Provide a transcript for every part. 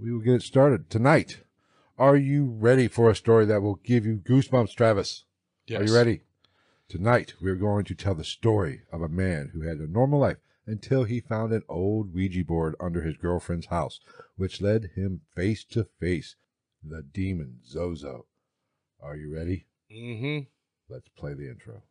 we will get it started tonight. Are you ready for a story that will give you goosebumps, Travis? Yes. Are you ready? Tonight, we are going to tell the story of a man who had a normal life until he found an old Ouija board under his girlfriend's house, which led him face to face the demon Zozo. Are you ready? Mm-hmm. Let's play the intro.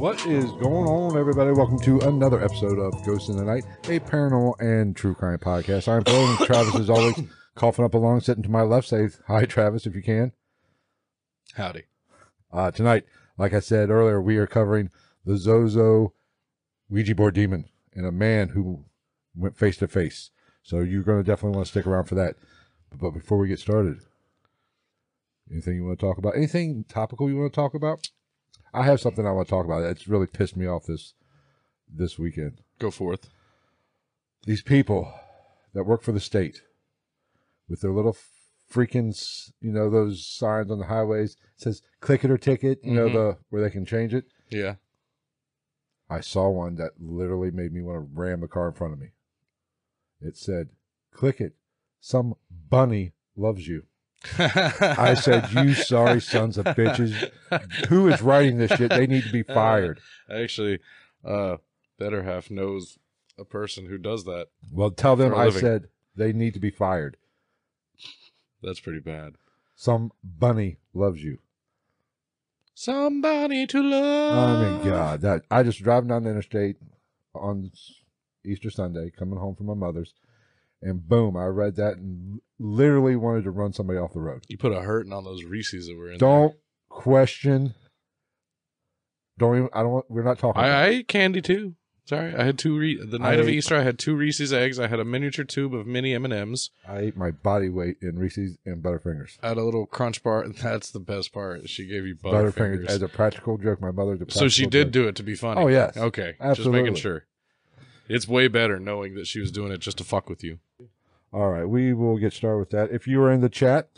What is going on, everybody? Welcome to another episode of Ghosts in the Night, a paranormal and true crime podcast. I'm Phil, and Travis is always coughing up along, sitting to my left. Say hi, Travis, if you can. Howdy. Uh, tonight, like I said earlier, we are covering the Zozo Ouija board demon and a man who went face to face. So you're going to definitely want to stick around for that. But before we get started, anything you want to talk about? Anything topical you want to talk about? I have something I want to talk about. It's really pissed me off this this weekend. Go forth. These people that work for the state with their little freaking, s- you know, those signs on the highways says "click it or ticket," you Mhm. know, the where they can change it. Yeah. I saw one that literally made me want to ram the car in front of me. It said, "Click it. Some bunny loves you." I I said, "You sorry sons of bitches. Who is writing this shit? They need to be Uh, fired." Actually, uh, better half knows a person who does that. Well, tell them For a I living. said they need to be fired. That's pretty bad. Some bunny loves you. Somebody to Oh love. my god! That I just driving down the interstate on Easter Sunday, coming home from my mother's, and boom! I read that and literally wanted to run somebody off the road. You put a hurting on those Reese's that were in. Don't question. Don't even. I don't. want- We're not talking. there. about I, I ate candy too. Sorry, I had two. Re- the night of I- Easter, I had two Reese's eggs. I had a miniature tube of mini M and M's. it. I ate my body weight in Reese's and Butterfingers. I had a little crunch bar, and that's the best part. She gave you Butterfingers, butterfingers. as a practical joke. My mother. so she did do it to be funny. Oh yes. Okay. Just Absolutely. making sure. It's way better knowing that she was doing it just to fuck with you. All right. We will get started with that. If you are in the chat,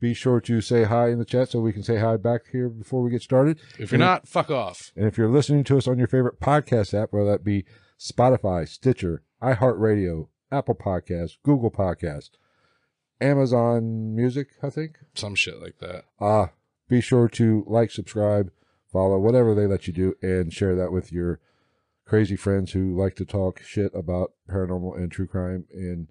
be sure to say hi in the chat so we can say hi back here before we get started. If you're not, fuck off. And if you're listening to us on your favorite podcast app, whether that be Spotify, Stitcher, iHeartRadio, Apple Podcasts, Google Podcasts, Amazon Music, I think. Some shit like that. Uh, be sure to like, subscribe, follow, whatever they let you do, and share that with your crazy friends who like to talk shit about paranormal and true crime and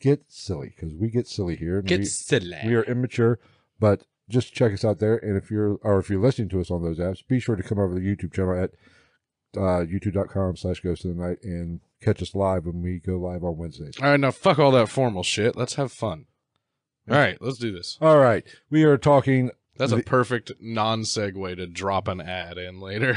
get silly because we get silly here. and we, silly. we are immature, but just check us out there. And if you're or if you're listening to us on those apps, be sure to come over to the YouTube channel at uh, youtube.com slash ghost of the night and catch us live when we go live on Wednesdays. All right, now fuck all that formal shit. Let's have fun. All right, let's do this. All right, we are talking That's a The- perfect non segue to drop an ad in later.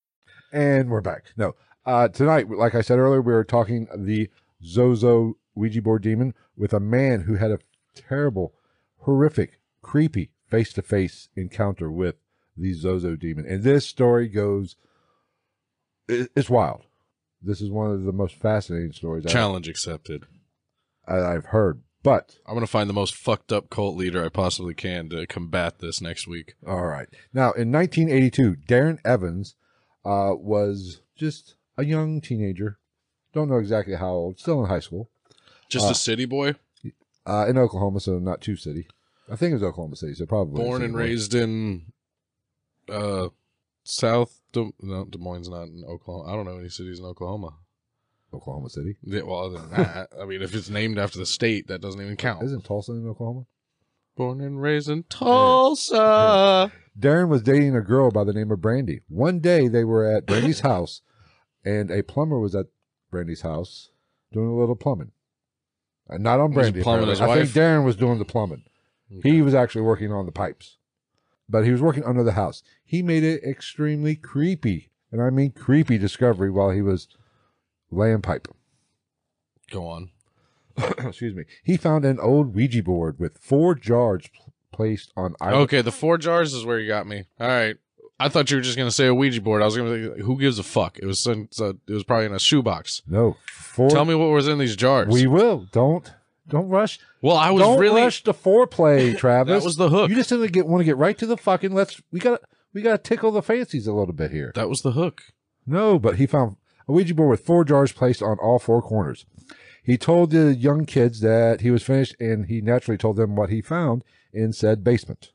And we're back. No, uh, tonight, like I said earlier, we were talking the Zozo Ouija board demon with a man who had a terrible, horrific, creepy face to face encounter with the Zozo demon. And this story goes, i- it's wild. This is one of the most fascinating stories I, Challenge accepted. I, I've heard. But, I'm going to find the most fucked up cult leader I possibly can to combat this next week. all right. Now, in 1982, Darren Evans uh, was just a young teenager. Don't know exactly how old, still in high school. Just Uh, a city boy, uh, in Oklahoma, so not two city. I think it was Oklahoma City, so probably born City and boy. raised in uh, South. Des- no, Des Moines, not in Oklahoma. I don't know any cities in Oklahoma. Oklahoma City. Yeah, well, other than that, I mean, if it's named after the state, that doesn't even count. Isn't Tulsa in Oklahoma? Born and raised in Tulsa. Darren was dating a girl by the name of Brandy. One day they were at Brandy's house, and a plumber was at Brandy's house doing a little plumbing. Uh, not on He was Brandy. plumbing his apparently. I think wife? Darren was doing the plumbing. He was actually working on the pipes, but he was working under the house. He made an extremely creepy, and I mean creepy, discovery while he was laying pipe. Go on. Excuse me. He found an old Ouija board with four jars pl- placed on either. Okay, the four jars is where you got me. All right. I thought you were just gonna say a Ouija board. I was gonna say, who gives a fuck? It was in, so it was probably in a shoebox. No, four. Tell me what was in these jars. We will. Don't don't rush. well, I was Don't really rush the foreplay, Travis. that was the hook. You just want to get want to get right to the fucking. Let's we got to we got to tickle the fancies a little bit here. that was the hook. No, but he found a Ouija board with four jars placed on all four corners. He told the young kids that he was finished, and he naturally told them what he found in said basement.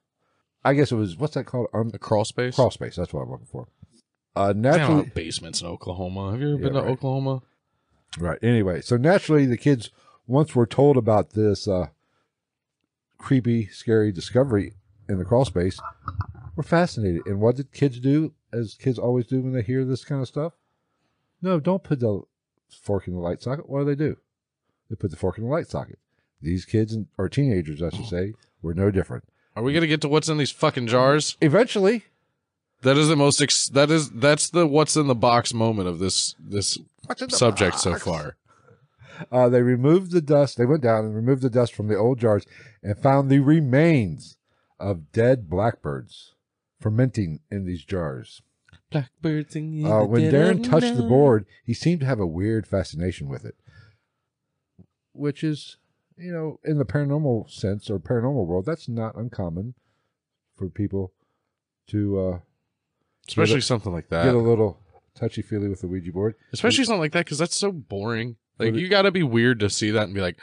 I guess it was what's that called? Um, A crawl space. crawl space. That's what I'm looking for. Uh, They don't naturally, have basements in Oklahoma. Have you ever Yeah, been to right. Oklahoma? Right. Anyway, so naturally, the kids once were told about this uh, creepy, scary discovery in the crawl space, were fascinated. And what did kids do, as kids always do when they hear this kind of stuff? No, don't put the fork in the light socket. What do they do? They put the fork in the light socket. These kids, and- or teenagers, I should say, were no different. Are we gonna get to what's in these fucking jars? Eventually, That is the most. Ex- that is that's the what's in the box moment of this this subject so far. Uh, they removed the dust. They went down and removed the dust from the old jars and found the remains of dead blackbirds fermenting in these jars. Blackbirds singing. Uh, when Darren touched the board, he seemed to have a weird fascination with it, which is, you know, in the paranormal sense or paranormal world, that's not uncommon for people to uh, especially Get something like get a that, little touchy feely with the Ouija board. especially something like that, because that's so boring. Like Would it- you got to be weird to see that and be like,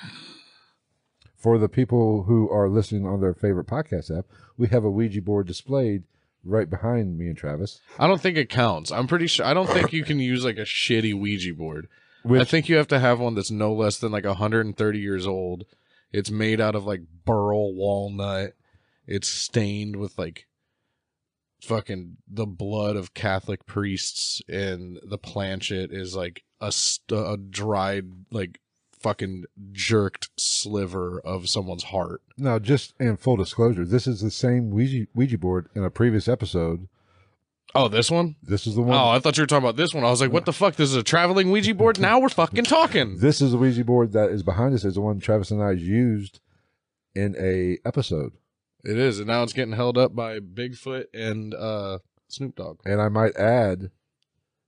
for the people who are listening on their favorite podcast app, we have a Ouija board displayed right behind me and Travis. I don't think it counts. I'm pretty sure. I don't think you can use like a shitty Ouija board. I Which- think you have to have one that's no less than like 130 years old. It's made out of like burl walnut. It's stained with like fucking the blood of Catholic priests, and the planchet is like a, st- a dried like fucking jerked sliver of someone's heart. Now, just in full disclosure, this is the same Ouija, Ouija board in a previous episode. Oh, this one. This is the one. Oh, I thought you were talking about this one. I was like, what the fuck? This is a traveling Ouija board? Now we're fucking talking. This is the Ouija board that is behind us. Is the one Travis and I used in a episode. It is, and now it's getting held up by Bigfoot and uh, Snoop Dogg. And I might add,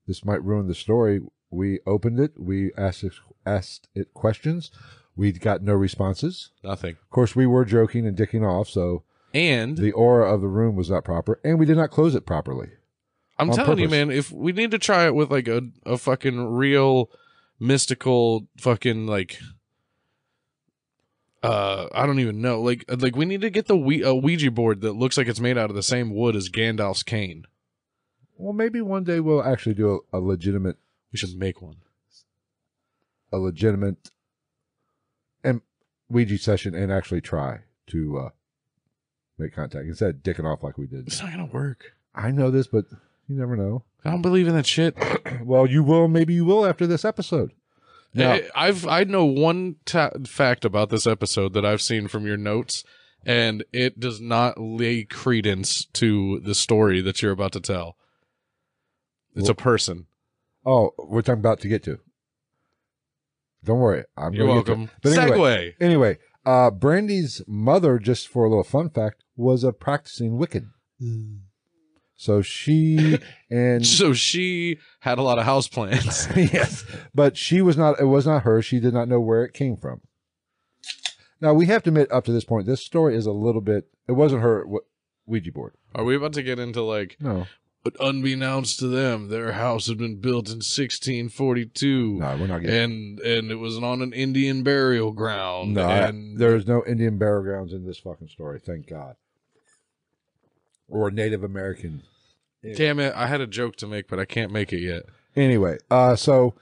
this might ruin the story. We opened it. We asked it, asked it questions. We got no responses. Nothing. Of course, we were joking and dicking off, so And the aura of the room was not proper, and we did not close it properly. I'm on telling you, purpose. man, if we need to try it with like a, a fucking real mystical fucking like uh I don't even know. Like uh, like we need to get the we- a Ouija board that looks like it's made out of the same wood as Gandalf's cane. Well, maybe one day we'll actually do a, a legitimate, We should make one. a legitimate, and Ouija session, and actually try to uh, make contact instead of dicking off like we did. It's not gonna work. I know this, but you never know. I don't believe in that shit. well, you will. Maybe you will after this episode. Now, I- Eh, I've I know one ta- fact about this episode that I've seen from your notes, and it does not lay credence to the story that you're about to tell. It's a person. oh, we're talking about to get to. Don't worry, I'm. You're gonna get to it. welcome. But anyway, Segway. Anyway, uh, Brandy's mother, just for a little fun fact, was a practicing Wiccan. So she and Mm. So she had a lot of houseplants. yes, but she was not. It was not her. She did not know where it came from. Now we have to admit, up to this point, this story is a little bit. It wasn't her Ou- Ouija board. Are we about to get into like, No, but unbeknownst to them, their house had been built in 1642, no, we're not getting. and and it was on an Indian burial ground. no, I- and there is no Indian burial grounds in this fucking story. Thank God. Or Native American. Damn it! I had a joke to make, but I can't make it yet. anyway uh so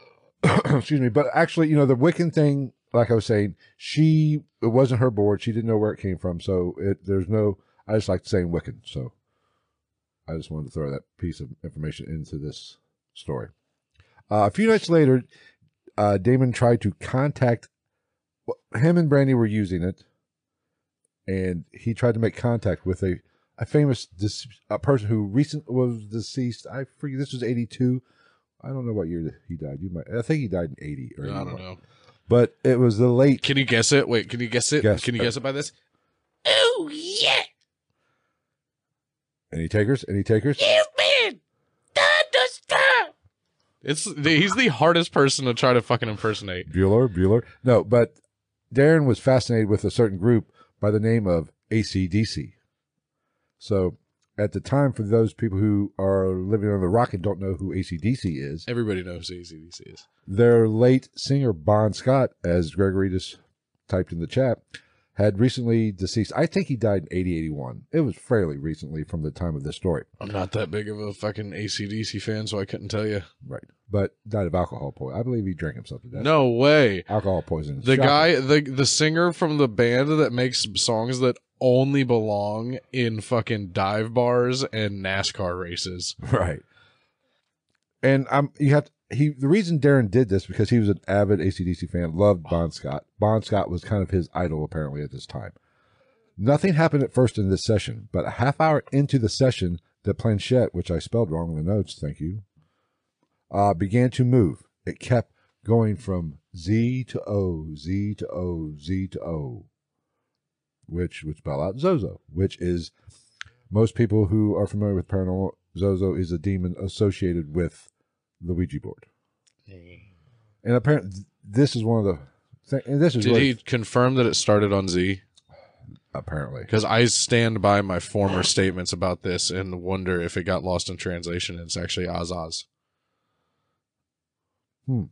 excuse me but actually you know the wiccan thing like i was saying she it wasn't her board she didn't know where it came from so it there's no i just like saying wiccan so i just wanted to throw that piece of information into this story uh, a few nights later uh, damon tried to contact well, him and brandy were using it and he tried to make contact with a a famous dis- a person who recent was deceased. I forget. This was eighty two. I don't know what year he died. You might. I think he died in eighty. Or I 81. don't know. But it was the late. Can you guess it? Wait, can you guess it? Guess. Can you guess it by this? Oh yeah, Any takers? Any takers? human thunderstorm. It's Uh-huh. he's the hardest person to try to fucking impersonate. Bueller. Bueller. No, but Darren was fascinated with a certain group by the name of ACDC. So at the time, for those people who are living under the rock and don't know who ACDC is, Everybody knows who ACDC is. Their late singer Bon Scott, as Gregory just typed in the chat, had recently deceased. I think he died in 80, 81. It was fairly recently from the time of this story. I'm not that big of a fucking ACDC fan, so I couldn't tell you. Right. But died of alcohol poisoning. I believe he drank himself to death. No way. Alcohol poisoning. The Shocking. guy, the the singer from the band that makes songs that only belong in fucking dive bars and NASCAR races. Right. And I'm you have to, he the reason Darren did this because he was an avid ACDC fan, loved Bon Scott. Bon Scott was kind of his idol apparently at this time. Nothing happened at first in this session, but a half hour into the session, the planchette, which I spelled wrong in the notes, thank you, uh, began to move. It kept going from Z to O, Z to O, Z to O, which would spell out Zozo, which is most people who are familiar with paranormal, Zozo is a demon associated with the Ouija board. And apparently, this is one of the. Th- and this is Did what- he confirm that it started on Z? apparently Because I stand by my former statements about this and wonder if it got lost in translation. It's actually Azaz, you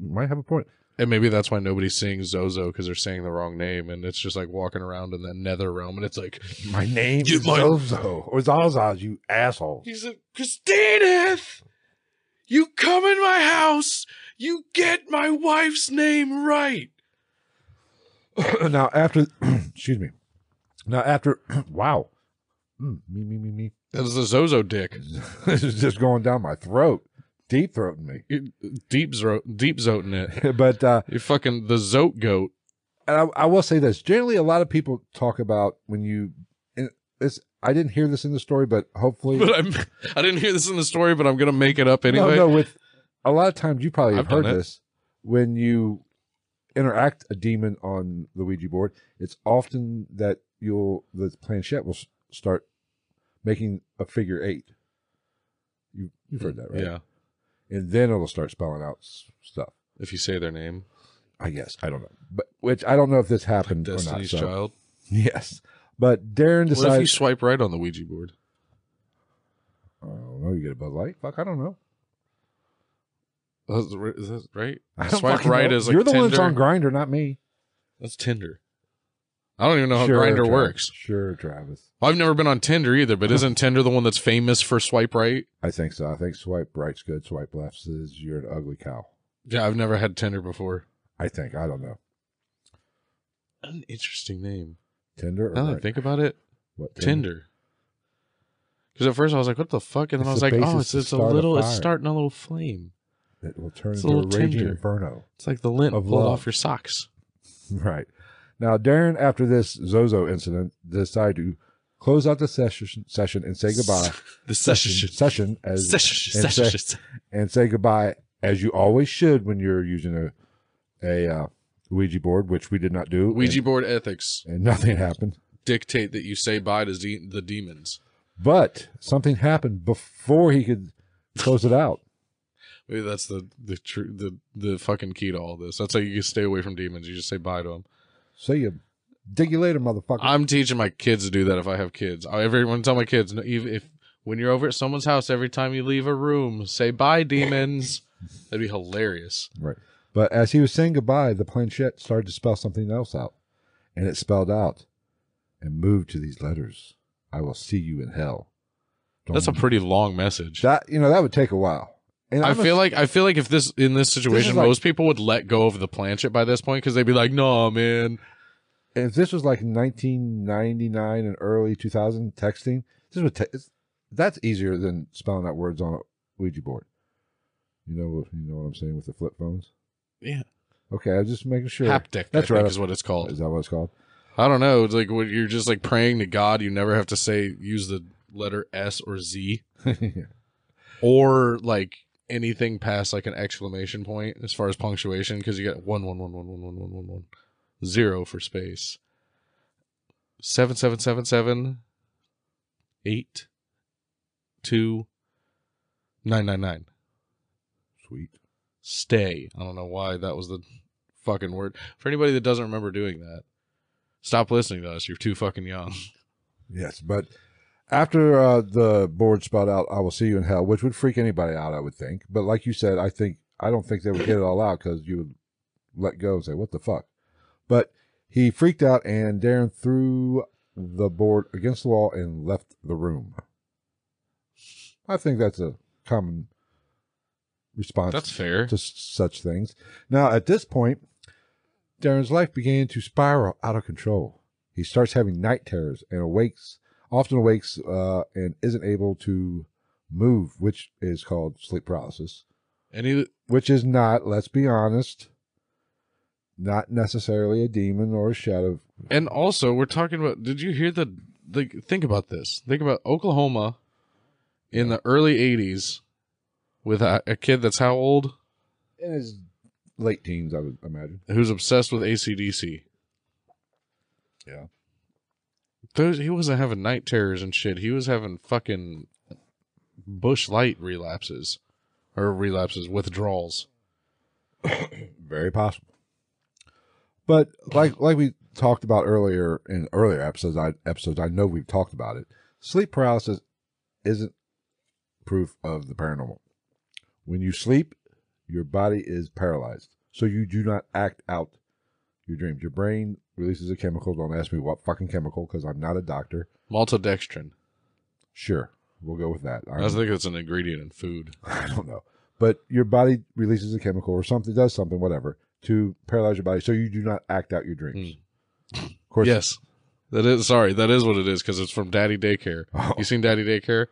might have a point. and maybe that's why nobody's seeing Zozo because they're saying the wrong name, and it's just like walking around in the Nether realm, and it's like My name You is might- Zozo or Zazaz, you asshole. He's like, Christineth, you come in my house. You get my wife's name right. now after, excuse me. Now after, wow, Mm, me me me me. That is a Zozo dick. this is just going down my throat, deep throating me. You- Deep zro- deep zoting it. but uh, You fucking the zote goat. and I, I will say this generally a lot of people talk about when you and it's i didn't hear this in the story but hopefully But I'm, I didn't hear this in the story, but I'm gonna make it up anyway. no no with a lot of times you probably have I've done heard it. this when you interact a demon on the ouija board it's often that you'll the planchette will s- start making a figure eight you, you've heard that right Yeah. and then it'll start spelling out s- stuff If you say their name, i guess i don't know but which i don't know if this happened or not Destiny's so- Child. yes but darren What if you decides swipe right on the Ouija board? I don't know. You get a Bud Light? Fuck, I don't know. That's, ri- is that right? I don't Swipe fucking right know. is like you're the one that's Tinder. on Grinder, not me. that's Tinder. I don't even know how Grinder Travis. works. Sure, Travis. Well, I've never been on Tinder either, but isn't Tinder the one that's famous for swipe right? I think so. I think swipe right's good. Swipe left says you're an ugly cow. Yeah, I've never had Tinder before. I think. I don't know. An interesting name. Tinder or Now that Oh, I right? think about it, what, Tinder. Because at first I was like, "What the fuck," and then It's I was the like, "Oh, basis it's to it's a start a little, it's fire. starting a little flame. It will turn It's a into a, little raging Tinder. inferno. It's like the lint Of pulled love. off your socks." Right. Now, Darren, after this Zozo incident, decided to close out the session, session and say goodbye. the session. Session as Session. and Session. and say goodbye as you always should when you're using a a uh, Ouija board, which we did not do. Ouija board ethics and, and nothing happened. dictate that you say bye to de- the demons. But something happened before he could close it out. Maybe that's the the true the the fucking key to all this. That's how you stay away from demons. You just say bye to them. See you. Dig you later, motherfucker. I'm teaching my kids to do that if I have kids. I everyone tell my kids no, even if when you're over at someone's house, every time you leave a room, say bye, demons. That'd be hilarious. right. But as he was saying goodbye, the planchette started to spell something else out, and it spelled out and moved to these letters. I will see you in hell. That's a pretty long message. that you know that would take a while. And I I'm a- feel like I feel like if this in this situation, like- most people would let go of the planchet by this point because they'd be like, "No, man, if this was like 1999 and early 2000 texting, this would ta- it's- that's easier than spelling out words on a Ouija board. You know, you know what I'm saying with the flip phones. yeah, Okay, I was just making sure. haptic." That's I think right. is what it's called. Is that what it's called? I don't know. It's like when you're just like praying to God, you never have to say use the letter S or Z or like anything past like an exclamation point as far as punctuation because you got one one one one one one one one one zero for space seven seven seven seven eight two nine nine nine Sweet. stay. I don't know why that was the fucking word. For anybody that doesn't remember doing that, stop listening to us. You're too fucking young. Yes, but after uh, the board spelled out, "I will see you in hell," which would freak anybody out, I would think. But like you said, I think I don't think they would get it all out because you would let go and say, "What the fuck?" But he freaked out, and Darren threw the board against the wall and left the room. I think that's a common response That's fair. to s- such things. Now, at this point, Darren's life began to spiral out of control. He starts having night terrors and awakes, often awakes, uh, and isn't able to move, which is called sleep paralysis, Any which is not, let's be honest, not necessarily a demon or a shadow. and also we're talking about. Did you hear the like? Think about this. Think about Oklahoma in the early '80s with a, a kid that's how old In his late teens, I would imagine. who's obsessed with ACDC. Yeah. Those he wasn't having night terrors and shit. He was having fucking bush light relapses. Or relapses, withdrawals. Very possible. But like like we talked about earlier in earlier episodes, I episodes I know we've talked about it. Sleep paralysis isn't proof of the paranormal. When you sleep, your body is paralyzed, so you do not act out your dreams. Your brain releases a chemical. Don't ask me what fucking chemical, because I'm not a doctor. Maltodextrin. Sure, we'll go with that. I was thinking it's an ingredient in food. I don't know. But your body releases a chemical or something, does something, whatever, to paralyze your body so you do not act out your dreams. Mm. Of course. Yes. That is sorry, that is what it is, because it's from Daddy Daycare. Oh, You seen Daddy Daycare?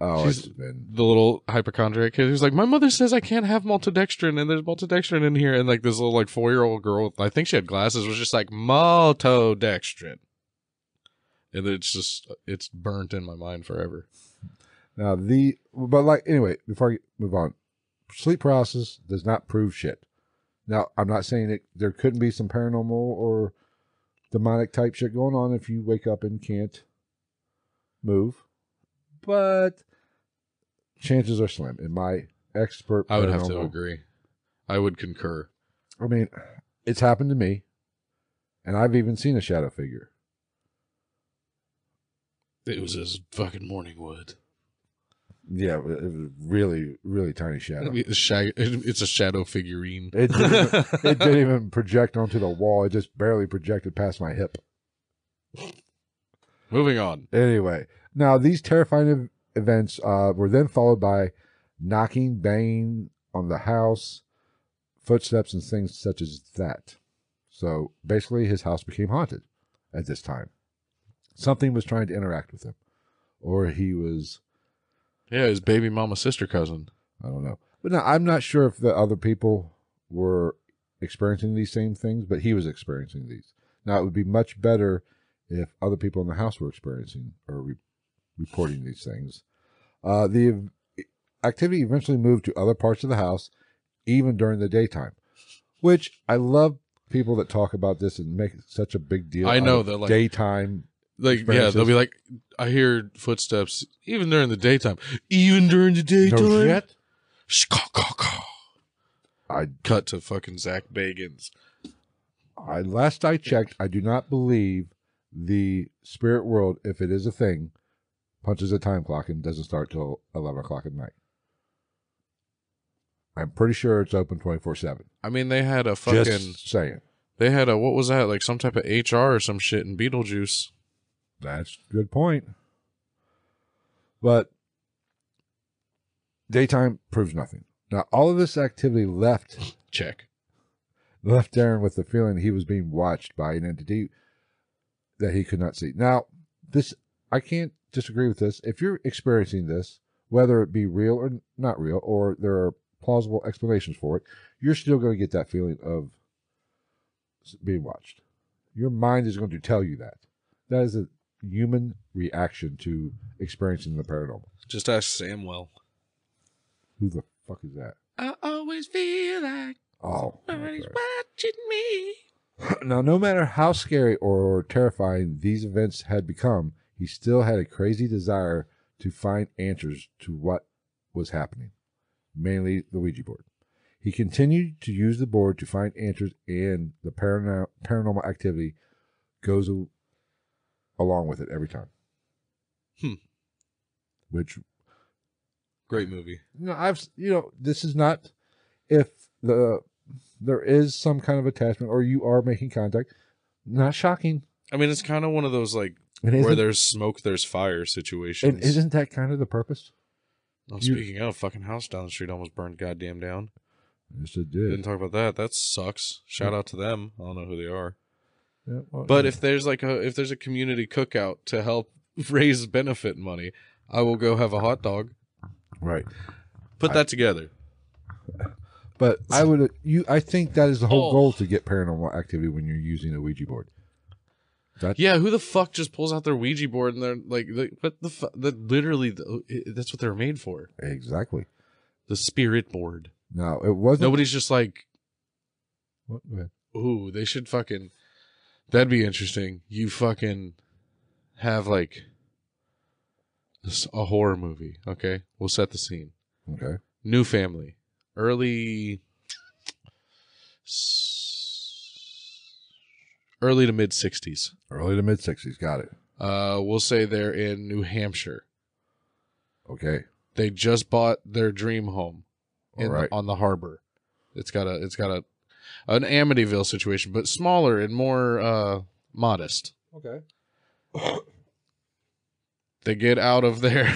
oh it's she's- been. The little hypochondriac kid who's like, My mother says I can't have maltodextrin and there's maltodextrin in here and like this little like four year old girl with I think she had glasses was just like maltodextrin. And it's just it's burnt in my mind forever. Now, the. But, like, anyway, before I move on, sleep paralysis does not prove shit. Now, I'm not saying that there couldn't be some paranormal or demonic type shit going on if you wake up and can't move, but chances are slim. In my expert, I would have to paranormal- agree. I would concur. I mean, it's happened to me, and I've even seen a shadow figure. It was as fucking morning wood. Yeah, it was really, really tiny shadow. It's, shag- it's a shadow figurine. It didn't, it didn't even project onto the wall. It just barely projected past my hip. Moving on. Anyway, now these terrifying ev- events uh, were then followed by knocking, banging on the house, footsteps, and things such as that. So basically, his house became haunted at this time. Something was trying to interact with him, or he was Yeah, his baby mama sister cousin. I don't know. But no, I'm not sure if the other people were experiencing these same things, but he was experiencing these. Now, it would be much better if other people in the house were experiencing or re- reporting these things. Uh, the ev- activity eventually moved to other parts of the house, even during the daytime, which I love people that talk about this and make such a big deal. I out know, of they're like- daytime. Like, yeah, they'll be like, I hear footsteps even during the daytime. Even during the daytime. No shit. Shh, caw, caw, caw. I Cut to fucking Zach Bagans. I last I checked, I do not believe the spirit world, if it is a thing, punches a time clock and doesn't start till eleven o'clock at night. I'm pretty sure it's open twenty four seven. I mean, they had a fucking. Just saying. They had a. What was that? Like some type of HR or some shit in Beetlejuice. That's a good point. But daytime proves nothing. Now all of this activity left Check. left Darren with the feeling he was being watched by an entity that he could not see. Now, this I can't disagree with this. If you're experiencing this, whether it be real or not real, or there are plausible explanations for it, you're still going to get that feeling of s- being watched. Your mind is going to tell you that. That is a human reaction to experiencing the paranormal. Just ask Samwell. Who the fuck is that? I always feel like Oh. my somebody's God. watching me. Now, no matter how scary or terrifying these events had become, he still had a crazy desire to find answers to what was happening, mainly the Ouija board. He continued to use the board to find answers, and the parano- paranormal activity goes a- along with it every time. Hmm. Which Great movie. you know, I've you know, this is not if the there is some kind of attachment or you are making contact, not shocking. I mean, it's kind of one of those like And where isn't, there's smoke, there's fire situations. and isn't that kind of the purpose? Oh, you- speaking of, fucking house down the street almost burned goddamn down. Yes, it Didn't did. talk about that. That sucks. Shout out to them. I don't know who they are. Yeah, well, Mm. But yeah. if there's like a if there's a community cookout to help raise benefit money, I will go have a hot dog. right, Put that together. but I would you I think that is the whole Oh. goal to get paranormal activity when you're using a Ouija board. That's Yeah, who the fuck just pulls out their Ouija board and they're like, like what the fuck? That literally, the, it- that's what they're made for. exactly. The spirit board. No, it wasn't. Nobody's just like, What- go ahead. ooh, they should fucking. That'd be interesting. You fucking have like a s- a horror movie. Okay, we'll set the scene. Okay, New family, early, s- early to mid sixties. early to mid sixties. Got it. Uh, we'll say they're in New Hampshire. Okay, They just bought their dream home in All right. on the harbor. It's got a it's got a an Amityville situation, but smaller and more uh, modest. okay. They get out of their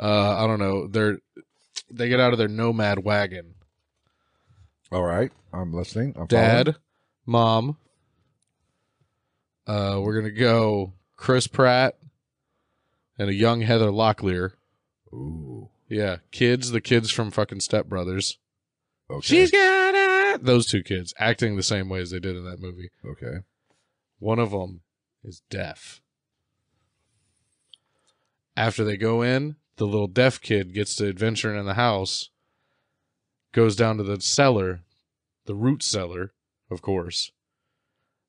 uh, I don't know their they get out of their nomad wagon. All right, I'm listening. I'm Dad, mom. Uh, we're gonna go Chris Pratt and a young Heather Locklear. following. Yeah, kids, the kids from fucking Step Brothers. Ooh. Okay. She's got it. Those two kids acting the same way as they did in that movie. okay. One of them is deaf. After they go in, the little deaf kid gets to adventuring in the house, goes down to the cellar, the root cellar, of course,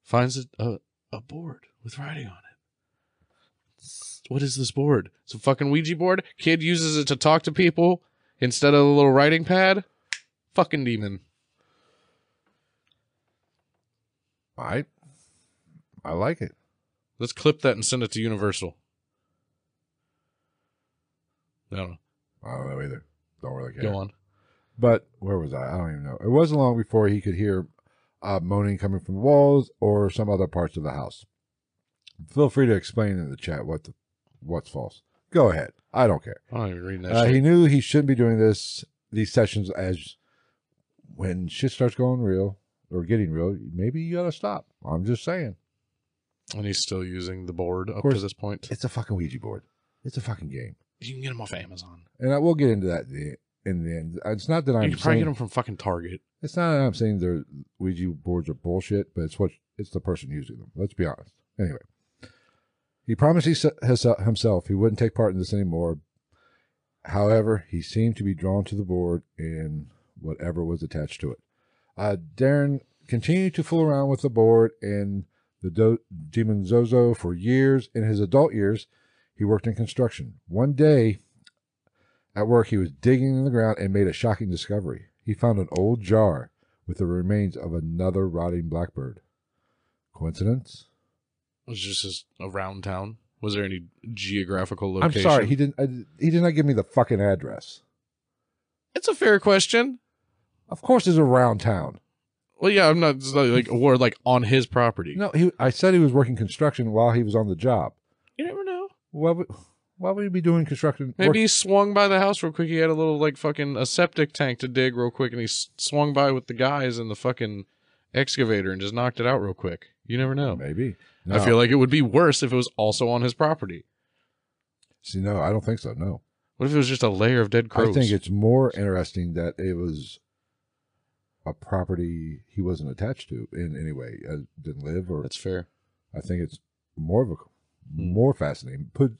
finds a, a, a board with writing on it. What is this board? It's a fucking Ouija board. Kid uses it to talk to people instead of a little writing pad. Fucking demon. All right. I like it. Let's clip that and send it to Universal. No, I don't know either. Don't really care. go on. But where was I? I don't even know. It wasn't long before he could hear uh, moaning coming from the walls or some other parts of the house. Feel free to explain in the chat what the, what's false. Go ahead. I don't care. I don't even read that. Uh, shit. he knew he shouldn't be doing this these sessions as when shit starts going real or getting real. Maybe you gotta stop. I'm just saying. and he's still using the board up to course. this point. It's a fucking Ouija board. It's a fucking game, You can get them off Amazon. and I will get into that in the, in the end. It's not that I'm you can probably saying- get them from fucking Target. It's not that I'm saying their Ouija boards are bullshit, but it's what it's the person using them. Let's be honest. Anyway, he promised his, his, uh, himself he wouldn't take part in this anymore. However, he seemed to be drawn to the board and whatever was attached to it. Uh, Darren continued to fool around with the board and the do- demon Zozo for years. In his adult years, he worked in construction. One day, at work, he was digging in the ground and made a shocking discovery. He found an old jar with the remains of another rotting blackbird. Coincidence? It was just as- around town. Was there any geographical location? I'm sorry, he didn't. I, he did not give me the fucking address. it's a fair question. Of course, it's around town. Well, yeah, I'm not it's not like or like on his property. No, he, I said he was working construction while he was on the job. you never know. Why would, why would he be doing construction? Maybe work- he swung by the house real quick. He had a little like fucking a septic tank to dig real quick, and he s- swung by with the guys in the fucking excavator and just knocked it out real quick. You never know. maybe. I feel like it would be worse if it was also on his property. See, no, I don't think so. No, What if it was just a layer of dead crows? I think it's more interesting that it was a property he wasn't attached to in any way, uh, didn't live or That's fair. I think it's more of a Hmm. more fascinating. Put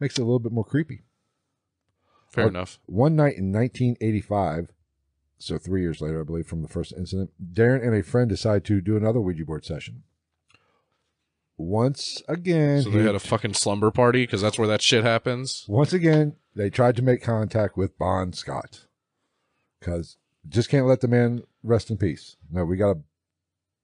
makes it a little bit more creepy. Fair Or- enough. One night in 1985, so three years later, I believe, from the first incident, Darren and a friend decide to do another Ouija board session. Once again, So they he- had a fucking slumber party because that's where that shit happens. once again, they tried to make contact with Bon Scott because just can't let the man rest in peace. No, we got to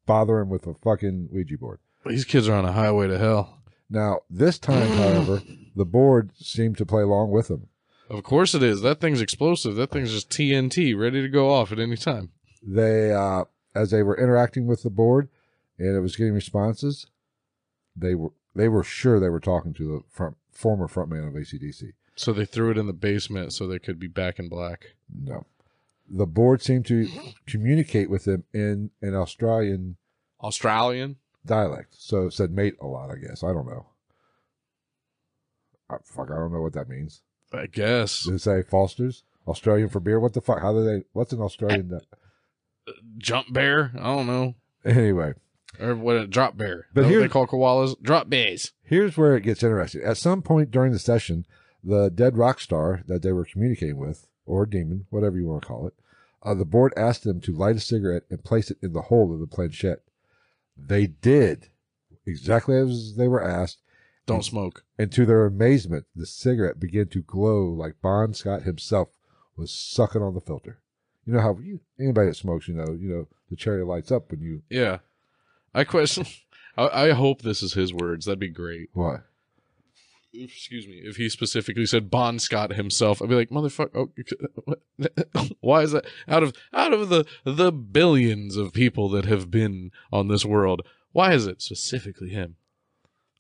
bother him with a fucking Ouija board. These kids are on a highway to hell. Now, this time, however, the board seemed to play along with him. Of course it is. That thing's explosive. That thing's just TNT, ready to go off at any time. They, uh, as they were interacting with the board, and it was getting responses, they were they were sure they were talking to the front, former frontman of ACDC. So they threw it in the basement so they could be back in black. No, the board seemed to communicate with them in an Australian Australian? dialect. So it said mate a lot, I guess. I don't know. I, fuck, I don't know what that means. I guess. Did it say Foster's? Australian for beer? What the fuck? How do they? What's an Australian? di- Jump bear? I don't know. anyway, Or what a drop bear. But But here here- they call koalas drop bears. here's where it gets interesting. At some point during the session, the dead rock star that they were communicating with, or demon, whatever you want to call it, uh, the board asked them to light a cigarette and place it in the hole of the planchette. They did exactly as they were asked. Don't smoke. and to their amazement, the cigarette began to glow like Bon Scott himself was sucking on the filter. You know how you, anybody that smokes, you know, you know the cherry lights up when you Yeah. I question. I, I hope this is his words. That'd be great. what? If- excuse me, if he specifically said Bon Scott himself, I'd be like, motherfucker, oh, you could- what? why is that out of out of the the billions of people that have been on this world? Why is it specifically him?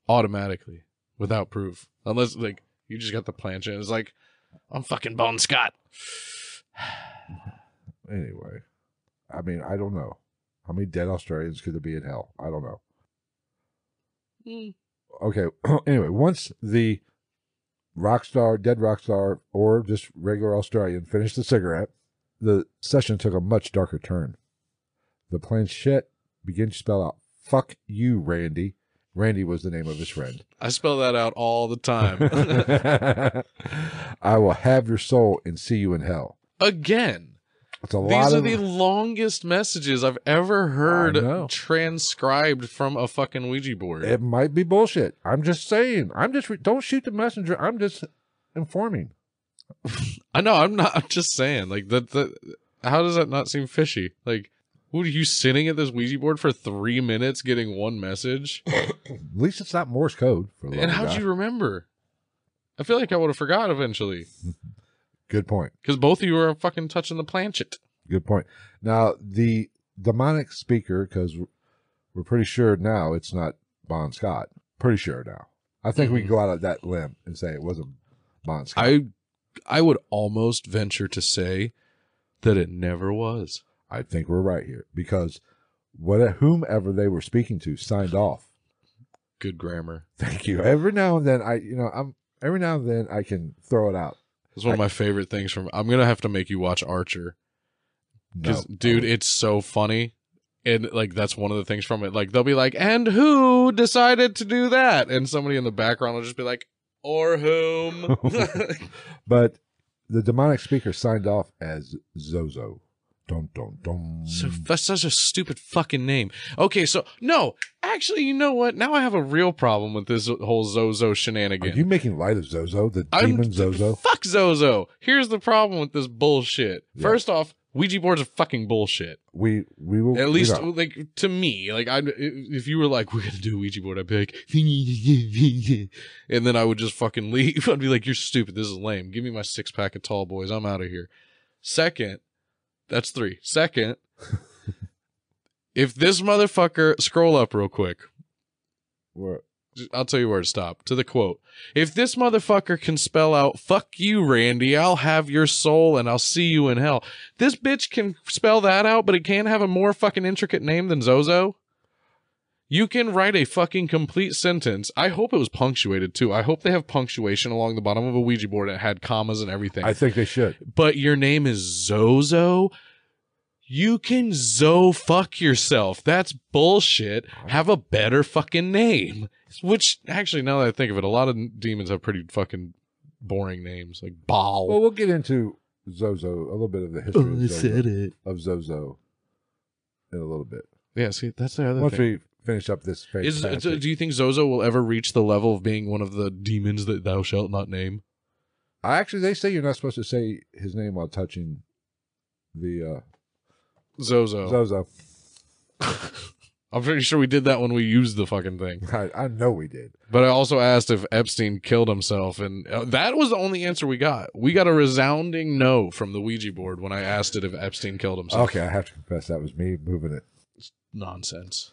Automatically, without proof, unless like you just got the planchet. and It's like I'm fucking Bon Scott. Anyway, I mean, I don't know how many dead Australians could there be in hell. I don't know. Mm. Okay, anyway, once the rock star, dead rock star, or just regular Australian finished the cigarette, the session took a much darker turn. The planchette began to spell out "fuck you, Randy." Randy was the name of his friend. I spell that out all the time. I will have your soul and see you in hell. Again. It's a lot These are of the longest messages I've ever heard know. transcribed from a fucking Ouija board. it might be bullshit. I'm just saying. I'm just re- don't shoot the messenger. I'm just informing. I know. I'm not. I'm just saying. Like that. that how does that not seem fishy? Like, what are you sitting at this Ouija board for three minutes getting one message? At least it's not Morse code. For the love and of how'd God. you remember? I feel like I would have forgot eventually Good point. because both of you are fucking touching the planchet. Good point. Now the demonic speaker, because we're pretty sure now it's not Bon Scott. Pretty sure now. I think we can go Mm-hmm. out of that limb and say it wasn't Bon Scott. I, I would almost venture to say that it never was. I think we're right here because what whomever they were speaking to signed off. Good grammar. Thank you. Every now and then, I you know I'm every now and then I can throw it out. It's one of my favorite things from. I'm gonna have to make you watch Archer. No, because dude it's so funny and like that's one of the things from it like they'll be like and who decided to do that and somebody in the background will just be like or whom but the demonic speaker signed off as Zozo. Dun dun dun. so that's such a stupid fucking name okay so no actually you know what now i have a real problem with this whole zozo Are shenanigan you making light of Zozo, the I'm- demon Zozo? fuck zozo here's the problem with this bullshit Yeah. first off ouija boards are fucking bullshit We we will At least, we like to me, like I, if you were like, "We're gonna do a Ouija board," I'd be like, and then I would just fucking leave. I'd be like, "You're stupid. This is lame. Give me my six pack of tall boys. I'm out of here." Second, that's three. Second, if this motherfucker scroll up real quick, we're- I'll tell you where to stop. To the quote: "If this motherfucker can spell out fuck you, Randy, I'll have your soul and I'll see you in hell." This bitch can spell that out, but it can't have a more fucking intricate name than Zozo. You can write a fucking complete sentence. I hope it was punctuated too. I hope they have punctuation along the bottom of a Ouija board that had commas and everything. I think they should. but your name is Zozo. You can zo fuck yourself. That's bullshit. Have a better fucking name. Which actually, now that I think of it, a lot of demons have pretty fucking boring names, like Baal. Well, we'll get into Zozo, a little bit of the history of, Zozo, it. of Zozo in a little bit. Yeah, see, that's the other Once thing. we finish up this phase. Is, do do you think Zozo will ever reach the level of being one of the demons that thou shalt not name? I actually, they say you're not supposed to say his name while touching the uh, Zozo. Zozo. I'm pretty sure we did that when we used the fucking thing. I, I know we did. But I also asked if Epstein killed himself, and uh, that was the only answer we got. We got a resounding no from the Ouija board when I asked it if Epstein killed himself. Okay, I have to confess that was me moving it. Nonsense.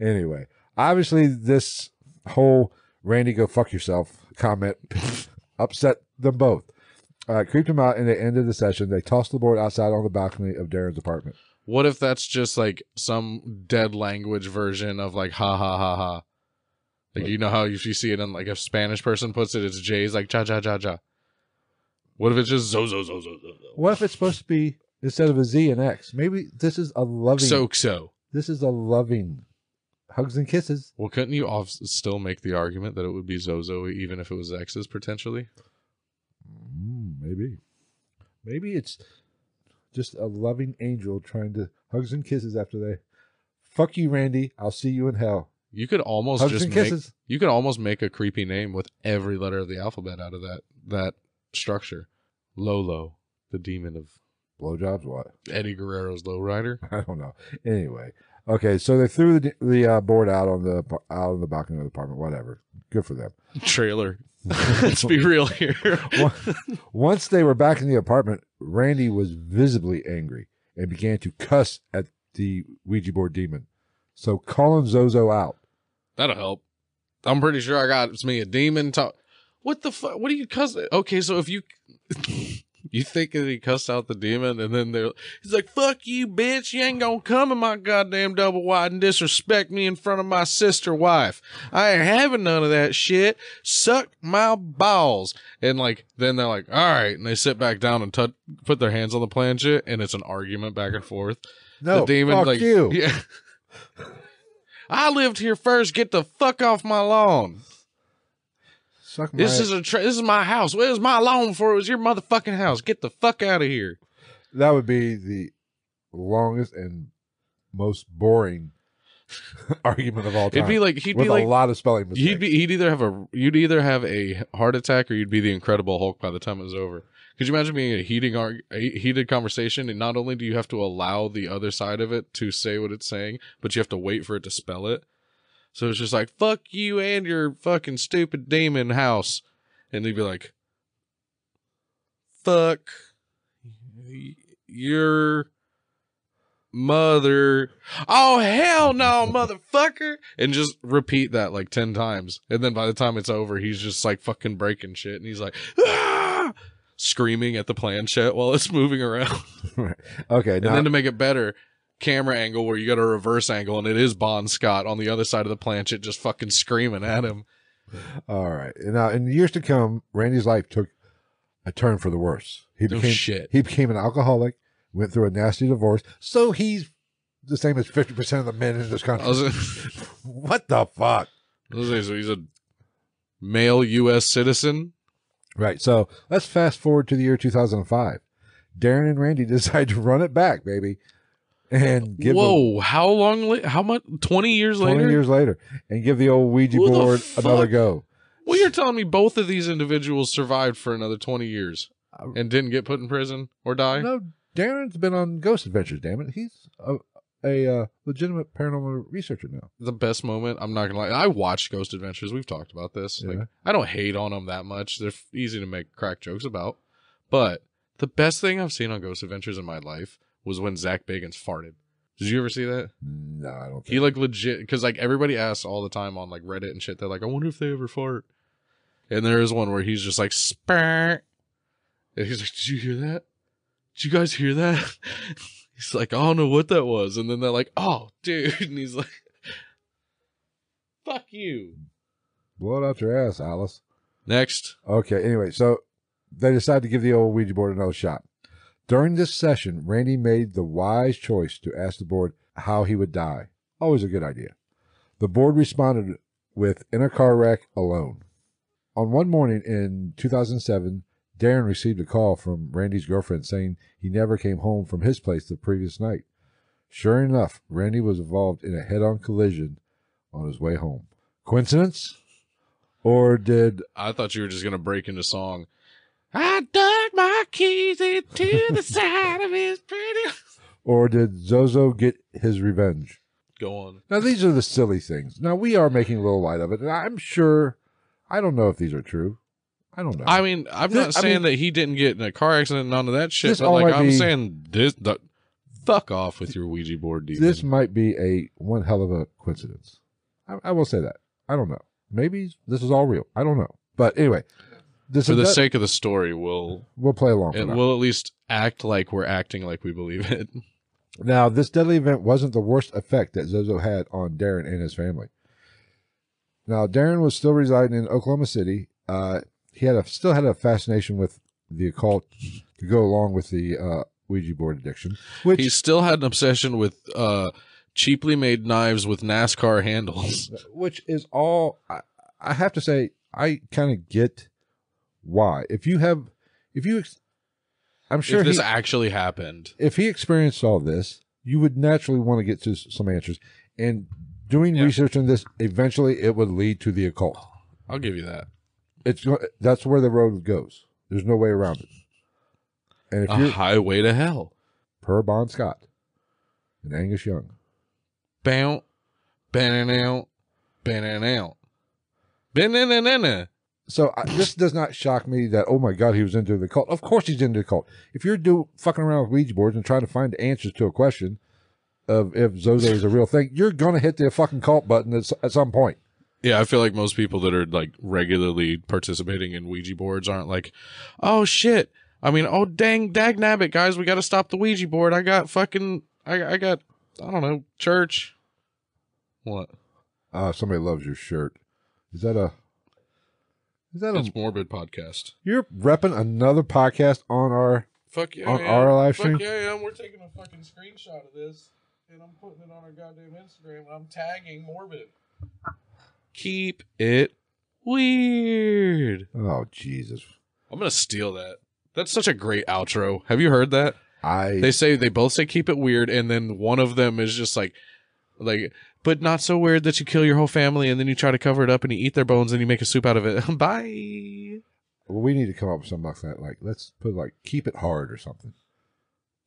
Anyway, obviously, this whole Randy go fuck yourself comment upset them both. Uh, it creeped them out, and they ended the session. They tossed the board outside on the balcony of Darren's apartment. What if that's just like some dead language version of like ha ha ha ha? Like you know how if you see it in like a Spanish person puts it, it's J's like cha cha cha cha. What if it's just Zozo Zozo Zozo? What if it's supposed to be instead of a Z and X? Maybe this is a loving. So so. this is a loving hugs and kisses. Well, couldn't you off- still make the argument that it would be Zozo even if it was X's potentially? Mm, maybe, maybe it's just a loving angel trying to hugs and kisses after they fuck you, Randy. I'll see you in hell. You could almost Hugs just and make, kisses. you could almost make a creepy name with every letter of the alphabet out of that that structure. Lolo, the demon of Blowjobs, what? Eddie Guerrero's lowrider. I don't know. Anyway, okay, so they threw the, the uh, board out on the out on the balcony of the apartment. Whatever, good for them. Trailer. Let's be real here. One- Once they were back in the apartment, Randy was visibly angry and began to cuss at the Ouija board demon. So calling Zozo out. That'll help. I'm pretty sure I got it's me a demon talk. What the fuck? What do you cuss? Okay, so if you you think that he cussed out the demon, and then they're he's like, "Fuck you, bitch! You ain't gonna come in my goddamn double wide and disrespect me in front of my sister wife. I ain't having none of that shit. Suck my balls!" And like, then they're like, "All right," and they sit back down and tut put their hands on the planchet, and it's an argument back and forth No, the demon fuck like you. Yeah. I lived here first. Get the fuck off my lawn. Suck my. This is a tra- this is my house. Well, it was my lawn before it was your motherfucking house. Get the fuck out of here. that would be the longest and most boring argument of all time. It'd be like he'd with be like a lot of spelling mistakes. he'd be he'd either have a you'd either have a heart attack or you'd be the Incredible Hulk by the time it was over. Could you imagine being in a heating arg- a heated conversation and not only do you have to allow the other side of it to say what it's saying, but you have to wait for it to spell it. So it's just like fuck you and your fucking stupid demon house, and they'd be like, fuck y- your mother. Oh hell no, motherfucker! And just repeat that like ten times, and then by the time it's over, he's just like fucking breaking shit, and he's like, ah! screaming at the planchette while it's moving around. okay, And now then to make it better, camera angle where you got a reverse angle, and it is Bon Scott on the other side of the planchette, just fucking screaming at him. All right. And Now, in the years to come, Randy's life took a turn for the worse. He No became Oh, shit. he became an alcoholic, went through a nasty divorce. So he's the same as fifty percent of the men in this I country. was, I what the fuck? was gonna say, so he's a male U.S. citizen. Right. So let's fast forward to the year two thousand and five. Darren and Randy decide to run it back, baby. and give the, Whoa! how long? Li- how much? Twenty years 20 later? years later and give the old Ouija Who the board another fuck? go. Well, you're telling me both of these individuals survived for another twenty years and didn't get put in prison or die? No, Darren's been on Ghost Adventures, damn it. He's a, a uh, legitimate paranormal researcher now. The best moment. I'm not gonna lie. I watched Ghost Adventures. We've talked about this. Yeah. Like, I don't hate on them that much. They're f- easy to make crack jokes about. But the best thing I've seen on Ghost Adventures in my life was when Zach Bagans farted. Did you ever see that? No, I don't think He like legit because like everybody asks all the time on like Reddit and shit. They're like, I wonder if they ever fart. And there is one where he's just like, Spurt. and he's like, Did you hear that? Did you guys hear that? he's like, I don't know what that was. And then they're like, Oh, dude. And he's like, Fuck you. blow it out your ass, Alice. Next, Okay, anyway, so they decide to give the old Ouija board another shot. During this session, Randy made the wise choice to ask the board how he would die. Always a good idea. The board responded with in a car wreck alone. On one morning in 2007, Darren received a call from Randy's girlfriend saying he never came home from his place the previous night. Sure enough, Randy was involved in a head on collision on his way home. Coincidence? Or did I thought you were just gonna break into song. I dug my keys into the side of his pretty. or did Zozo get his revenge? Go on. Now, these are the silly things. Now, we are making a little light of it, and I'm sure, I don't know if these are true. I don't know. I mean, I'm This- not I saying mean- that he didn't get in a car accident and none of that shit. This But like, might I'm be- saying this. The, fuck off with your Ouija board, demon. this might be a one hell of a coincidence. I, I will say that. I don't know. Maybe this is all real. I don't know. But anyway, this for is the that- sake of the story, we'll we'll play along. for it, now. we'll at least act like we're acting like we believe it. Now, this deadly event wasn't the worst effect that Zozo had on Darren and his family. Now, Darren was still residing in Oklahoma City. Uh, he had a, still had a fascination with the occult to go along with the uh, Ouija board addiction, which He still had an obsession with uh, cheaply made knives with NASCAR handles. which is all I, I have to say. I kind of get why. If you have, if you, ex- I'm sure if this he- actually happened, if he experienced all this, you would naturally want to get to s- some answers. And doing Yeah. research on this, eventually it would lead to the occult. I'll give you that. It's go- that's where the road goes. There's no way around it. And if A you're highway to hell. per Bon Scott and Angus Young, Bounce, banana out, banana out, banana. so I, this does not shock me that oh my god he was into the cult. Of course he's into the cult. If you're do fucking around with Ouija boards and trying to find answers to a question of if Zozo is a real thing, you're gonna hit the fucking cult button at, s- at some point. Yeah, I feel like most people that are like regularly participating in Ouija boards aren't like, oh shit. I mean, oh dang, dag nabbit, guys, we got to stop the Ouija board. I got fucking, I, I got, I don't know, church. What? Uh, somebody loves your shirt. Is that a? Is that a? It's morbid podcast. You're repping another podcast on our. Fuck yeah. On I am. our live Fuck stream? yeah, I am. We're taking a fucking screenshot of this and I'm putting it on our goddamn Instagram and I'm tagging morbid. Keep it weird. Oh Jesus! I'm gonna steal that. That's such a great outro. Have you heard that? I They say they both say keep it weird, and then one of them is just like, like, but not so weird that you kill your whole family, and then you try to cover it up, and you eat their bones, and you make a soup out of it. Bye. well, we need to come up with something like that. Like let's put like keep it hard or something.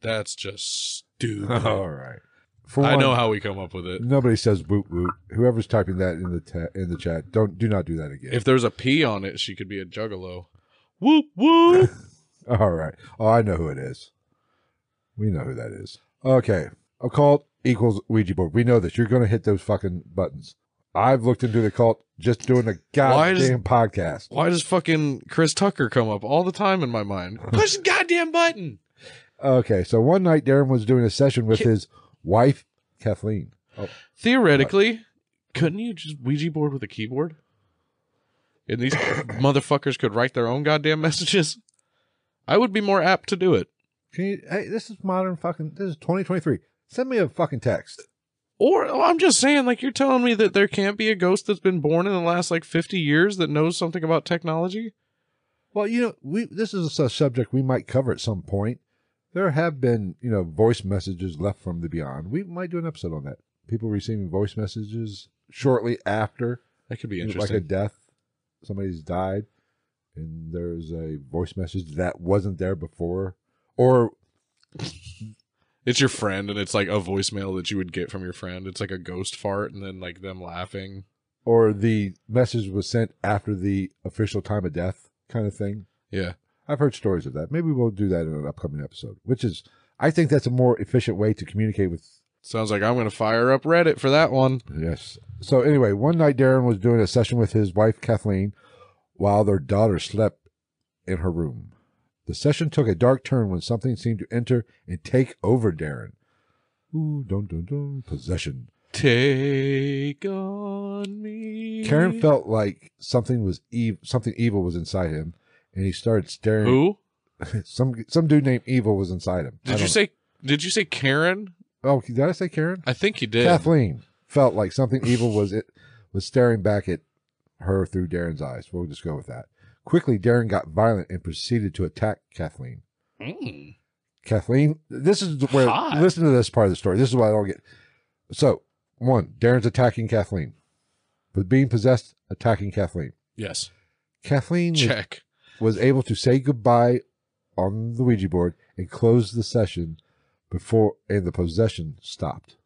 That's just stupid. All right. For I one, know how we come up with it. Nobody says boot boot. Whoever's typing that in the ta- in the chat, don't do not do that again. If there's a P on it, she could be a juggalo. Whoop whoop. All right. Oh, I know who it is. We know who that is. Okay. Occult equals Ouija board. We know this. You're going to hit those fucking buttons. I've looked into the cult just doing a Why goddamn does- podcast. Why does fucking Chris Tucker come up all the time in my mind? Push the goddamn button. Okay. So one night, Darren was doing a session with his wife, Kathleen. Oh, Theoretically, couldn't you just Ouija board with a keyboard? And these motherfuckers could write their own goddamn messages. I would be more apt to do it. can you, hey, this is modern fucking, this is 2023. Send me a fucking text. Or oh, I'm just saying, like you're telling me that there can't be a ghost that's been born in the last like 50 years that knows something about technology. Well, you know, we this is a subject we might cover at some point There have been, you know, voice messages left from the beyond. We might do an episode on that. People receiving voice messages shortly after, That could be you know, interesting. like a death, somebody's died, and there's a voice message that wasn't there before, or it's your friend, and it's like a voicemail that you would get from your friend. It's like a ghost fart, and then like them laughing. or the message was sent after the official time of death, kind of thing. Yeah, I've heard stories of that. Maybe we'll do that in an upcoming episode, which is, I think that's a more efficient way to communicate with sounds like I'm gonna fire up Reddit for that one. Yes. So anyway, one night Darren was doing a session with his wife Kathleen while their daughter slept in her room. The session took a dark turn when something seemed to enter and take over Darren. Ooh, dun dun dun, possession. Take on me. Karen felt like something was ev- something evil was inside him, and he started staring. who? Some some dude named Evil was inside him. I Did you don't- say? Did you say Karen? Oh, did I say Karen? I think you did. Kathleen felt like something evil was it was staring back at her through Darren's eyes. We'll just go with that. Quickly, Darren got violent and proceeded to attack Kathleen. Mm. Kathleen, this is where Hot. listen to this part of the story. This is why I don't get. So, one, Darren's attacking Kathleen, but being possessed, attacking Kathleen. Yes. Kathleen was, Check. was able to say goodbye on the Ouija board and close the session before and the possession stopped.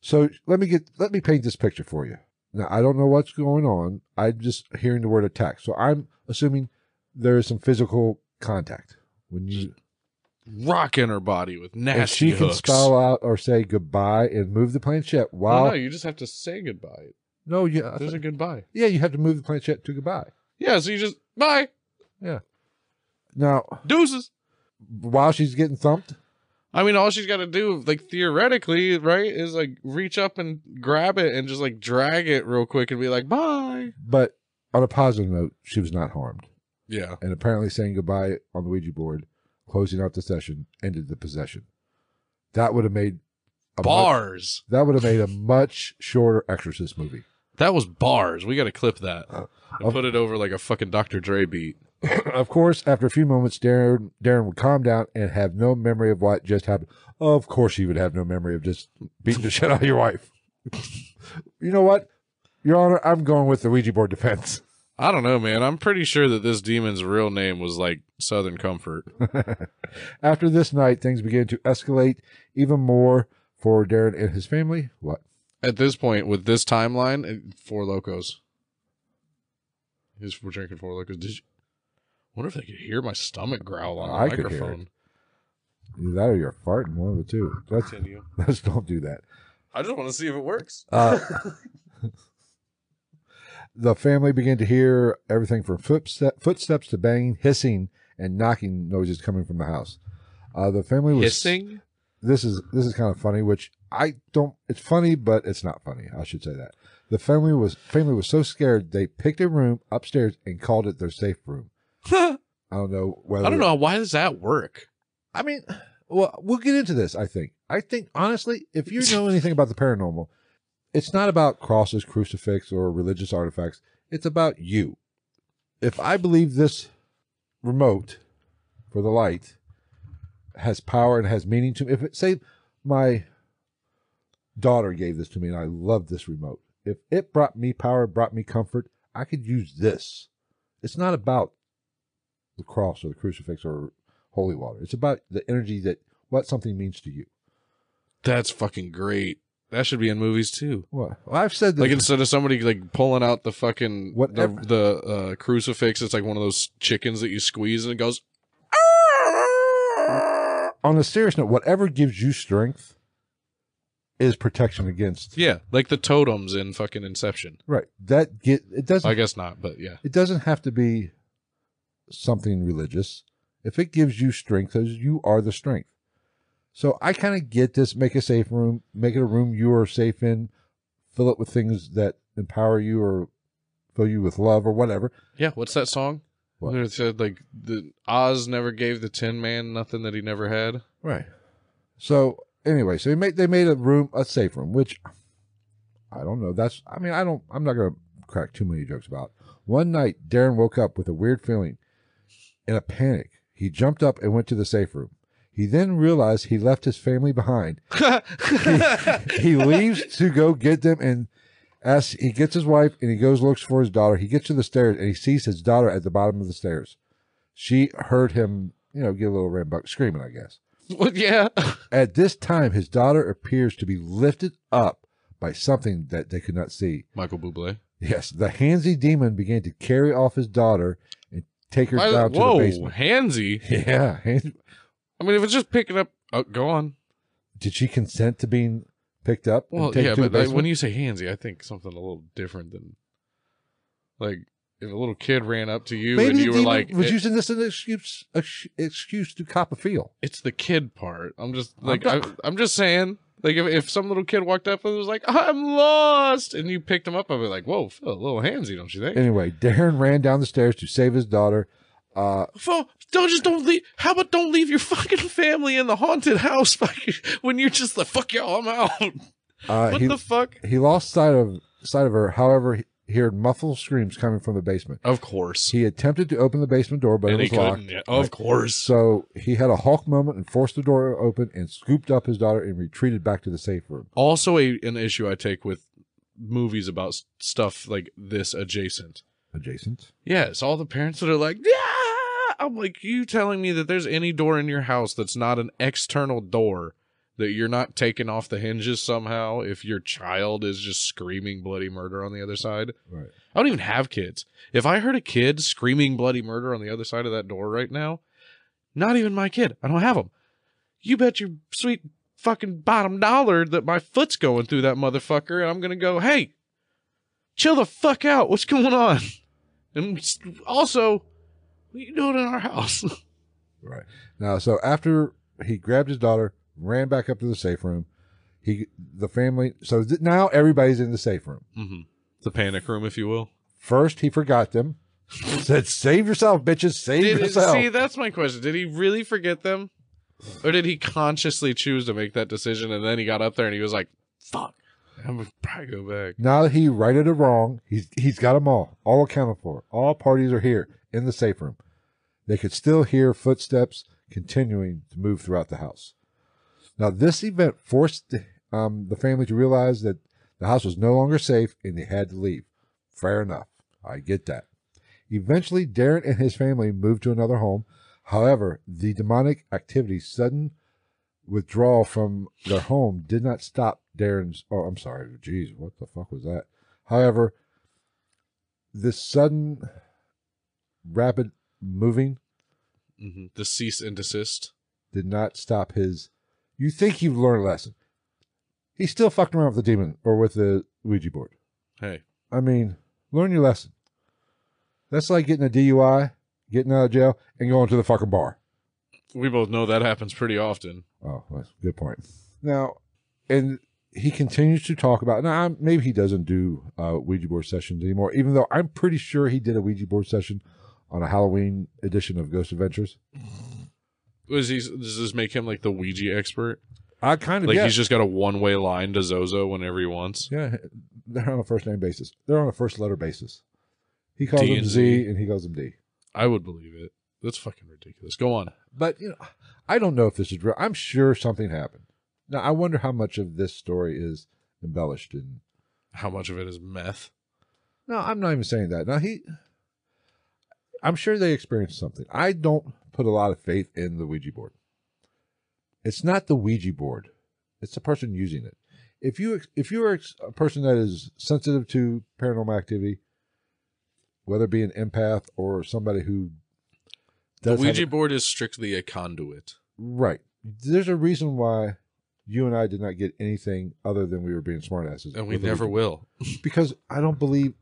So let me get let me paint this picture for you. Now I don't know what's going on. I'm just hearing the word attack. So I'm assuming there is some physical contact when you Rocking her body with and nasty she can hooks. spell out or say goodbye and move the planchette No, while no, you just have to say goodbye. no, yeah, There's a goodbye. yeah, you have to move the planchette to goodbye. Yeah, so you just bye, Yeah. Now deuces. while she's getting thumped, I mean, all she's got to do, like theoretically, right, is like reach up and grab it and just like drag it real quick and be like bye. but on a positive note, she was not harmed. Yeah. and apparently saying goodbye on the Ouija board, closing out the session, ended the possession. That would have made a Much, Bars. that would have made a much shorter Exorcist movie. That was bars. We got to clip that Uh, and put it over like a fucking Dr. Dre beat. of course, after a few moments, Darren Darren would calm down and have no memory of what just happened. Of course, he would have no memory of just beating the shit out of your wife. you know what, Your Honor, I'm going with the Ouija board defense. I don't know, man. I'm pretty sure that this demon's real name was like Southern Comfort. After this night, things began to escalate even more for Darren and his family. What? At this point, with this timeline, it- four locos. He's we're drinking four locos. Did you? Wonder if they could hear my stomach growl on I the could hear it. microphone. Either that or you're farting, one of the two. Let's, Continue. let's don't do that. I just want to see if it works. Uh, the family began to hear everything from footstep, footsteps to banging, hissing, and knocking noises coming from the house. Uh, the family was Hissing. This is this is kind of funny, which I don't. It's funny, but it's not funny. I should say that the family was family was so scared they picked a room upstairs and called it their safe room. I don't know whether I don't know why does that work. I mean, well, we'll get into this. I think. I think honestly, if you know anything about the paranormal, it's not about crosses, crucifix, or religious artifacts. It's about you. If I believe this remote for the light has power and has meaning to me, if it say my daughter gave this to me and I love this remote, if it brought me power, brought me comfort, I could use this. It's not about the cross or the crucifix or holy water. It's about the energy that what something means to you. That's fucking great. That should be in movies too. What well, I've said this. Like instead of somebody like pulling out the fucking the, Whatever. the uh, crucifix, it's like one of those chickens that you squeeze and it goes. on a serious note, whatever gives you strength is protection against. Yeah, like the totems in fucking Inception. Right. That get it doesn't. I guess not, but yeah. It doesn't have to be something religious. If it gives you strength, because you are the strength. So I kind of get this. Make a safe room. Make it a room you are safe in. Fill it with things that empower you or fill you with love or whatever. Yeah, what's that song? What? Where It said like the Oz never gave the Tin Man nothing that he never had. Right. So anyway, so they made they made a room a safe room, which I don't know. That's I mean I don't I'm not gonna crack too many jokes about. One night Darren woke up with a weird feeling in a panic. He jumped up and went to the safe room. He then realized he left his family behind. he leaves to go get them and asks, he gets his wife and he goes looks for his daughter. He gets to the stairs and he sees his daughter at the bottom of the stairs. She heard him, you know, get a little rambuck screaming, I guess. Well, yeah. At this time, his daughter appears to be lifted up by something that they could not see. Michael Bublé. Yes, the Hansi demon began to carry off his daughter and take her Why- down to whoa, the basement. handsy. Yeah. Hans- I mean, if it's just picking up, oh, go on. Did she consent to being picked up? and Well, taken yeah, to the but like, basement? when you say handsy, I think something a little different than like if a little kid ran up to you and the you were demon like, eh. was "It- using this as an excuse, ex- excuse to cop a feel. it's the kid part. I'm just like, not- I, I'm just saying, like if, if some little kid walked up and was like, I'm lost, and you picked him up, I'd be like, whoa, Phil, a little handsy, don't you think? Anyway, Darren ran down the stairs to save his daughter. Uh, Phil, don't just don't leave. How about don't leave your fucking family in the haunted house fucking- when you're just like, fuck y'all, I'm out. uh, what he, the fuck? he lost sight of sight of her. However, he heard muffled screams coming from the basement. Of course. He attempted to open the basement door, but and it he was locked. couldn't. yeah, Of course. So he had a Hulk moment and forced the door open and scooped up his daughter and retreated back to the safe room. Also, a, an issue I take with movies about s- stuff like this adjacent. Adjacent. Yes, all the parents that are like, yeah, I'm like, you telling me that there's any door in your house that's not an external door that you're not taking off the hinges somehow if your child is just screaming bloody murder on the other side? Right. I don't even have kids. If I heard a kid screaming bloody murder on the other side of that door right now, not even my kid. I don't have him. You bet your sweet fucking bottom dollar that my foot's going through that motherfucker and I'm going to go, hey, chill the fuck out. What's going on? And s- also, what are you doing in our house? Right. Now, so after he grabbed his daughter, ran back up to the safe room, he the family. So th- now everybody's in the safe room. mm-hmm. The panic room, if you will. First, he forgot them. said, "Save yourself, bitches! Save Did, yourself!" see, that's my question. Did he really forget them? Or did he consciously choose to make that decision and then he got up there and he was like, fuck, I'm going to probably go back. now that he righted a wrong, he's he's got them all, all accounted for. All parties are here in the safe room. They could still hear footsteps continuing to move throughout the house. Now, this event forced um, the family to realize that the house was no longer safe and they had to leave. Fair enough. I get that. Eventually, Darren and his family moved to another home. However, the demonic activity's sudden withdrawal from their home did not stop Darren's. Oh, I'm sorry. Jeez, what the fuck was that? However, this sudden, rapid moving Mm-hmm. hmm The cease and desist. did not stop his. You think you've learned a lesson? He's still fucking around with the demon or with the Ouija board. Hey, I mean, learn your lesson. That's like getting a DUI, getting out of jail, and going to the fucking bar. we both know that happens pretty often. Oh, that's a good point. Now, and he continues to talk about. Now, I'm- maybe he doesn't do uh, Ouija board sessions anymore, even though I'm pretty sure he did a Ouija board session on a Halloween edition of Ghost Adventures. Was he, does this make him like the Ouija expert? I kind of Like yeah. he's just got a one way line to Zozo whenever he wants. Yeah, they're on a first name basis. They're on a first letter basis. He calls D him and Z Z. and he calls him D. I would believe it. That's fucking ridiculous. Go on. But you know, I don't know if this is real. I'm sure something happened. Now I wonder how much of this story is embellished and How much of it is meth? No, I'm not even saying that. Now he I'm sure they experienced something. I don't put a lot of faith in the Ouija board. It's not the Ouija board. It's the person using it. If you ex- if you're ex- a person that is sensitive to paranormal activity, whether it be an empath or somebody who The does have Ouija it- board is strictly a conduit. right, there's a reason why you and I did not get anything other than we were being smartasses, And we with the never Ouija will. because I don't believe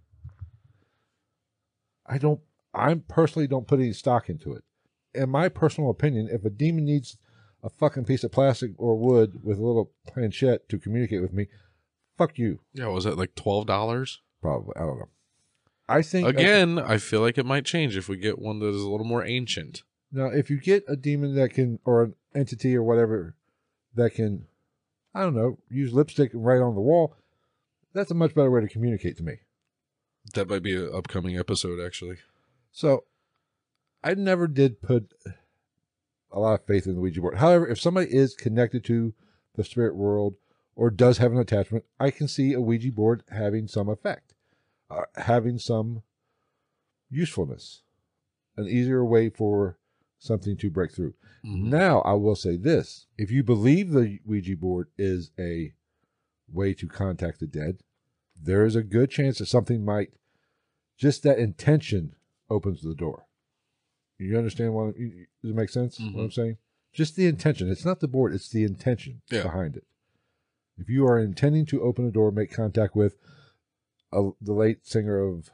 I don't I personally don't put any stock into it. In my personal opinion, if a demon needs a fucking piece of plastic or wood with a little planchette to communicate with me, fuck you. Yeah, was that like twelve dollars? Probably. I don't know. I think Again, I feel like it might change if we get one that is a little more ancient. now if you get a demon that can or an entity or whatever that can I don't know, use lipstick and write on the wall, that's a much better way to communicate to me. That might be an upcoming episode, actually. So I never did put a lot of faith in the Ouija board. However, if somebody is connected to the spirit world or does have an attachment, I can see a Ouija board having some effect, uh, having some usefulness, an easier way for something to break through. Mm-hmm. Now, I will say this if you believe the Ouija board is a way to contact the dead, there is a good chance that something might, just that intention opens the door. You understand what, you- you- does it make sense Mm-hmm. what I'm saying? Just the intention. It's not the board, it's the intention Yeah. behind it. If you are intending to open a door, make contact with a, the late singer of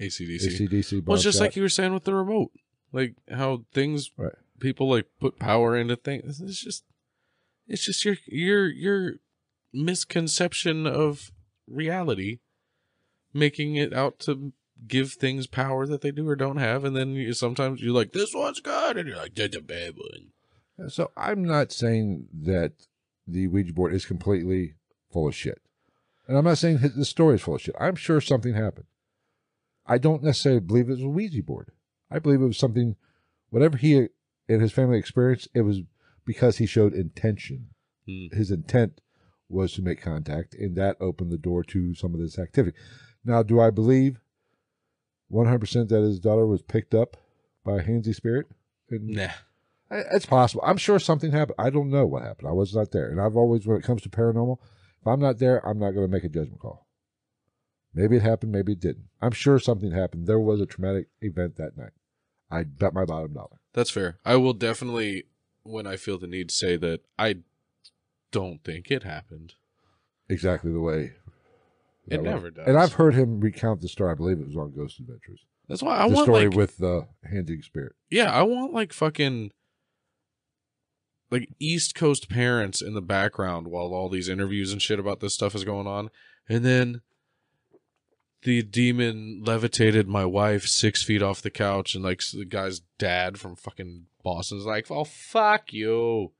ACDC. ACDC. Well, it's just Bon like you were saying with the remote, like how things Right. people like put power into things. It's just, it's just your your your misconception of reality, making it out to give things power that they do or don't have, and then you, sometimes you're like, this one's good, and you're like, that's a bad one. So I'm not saying that the Ouija board is completely full of shit. And I'm not saying that the story is full of shit. I'm sure something happened. I don't necessarily believe it was a Ouija board. I believe it was something, whatever he and his family experienced, it was because he showed intention. Hmm. His intent was to make contact, and that opened the door to some of this activity. Now, do I believe 100% that his daughter was picked up by a Hansy spirit? And Nah, I- It's possible. I'm sure something happened. I don't know what happened. I was not there. And I've always, when it comes to paranormal, if I'm not there, I'm not going to make a judgment call. Maybe it happened, maybe it didn't. I'm sure something happened. There was a traumatic event that night. I bet my bottom dollar. that's fair. I will definitely, when I feel the need, say that I don't think it happened. Exactly the way. It that never went. does. And I've heard him recount the story. I believe it was on Ghost Adventures. That's why I the want story like, with the handing spirit. Yeah, I want like fucking like East Coast parents in the background while all these interviews and shit about this stuff is going on. And then the demon levitated my wife six feet off the couch, and like the guy's dad from fucking Boston's like, "Oh fuck you,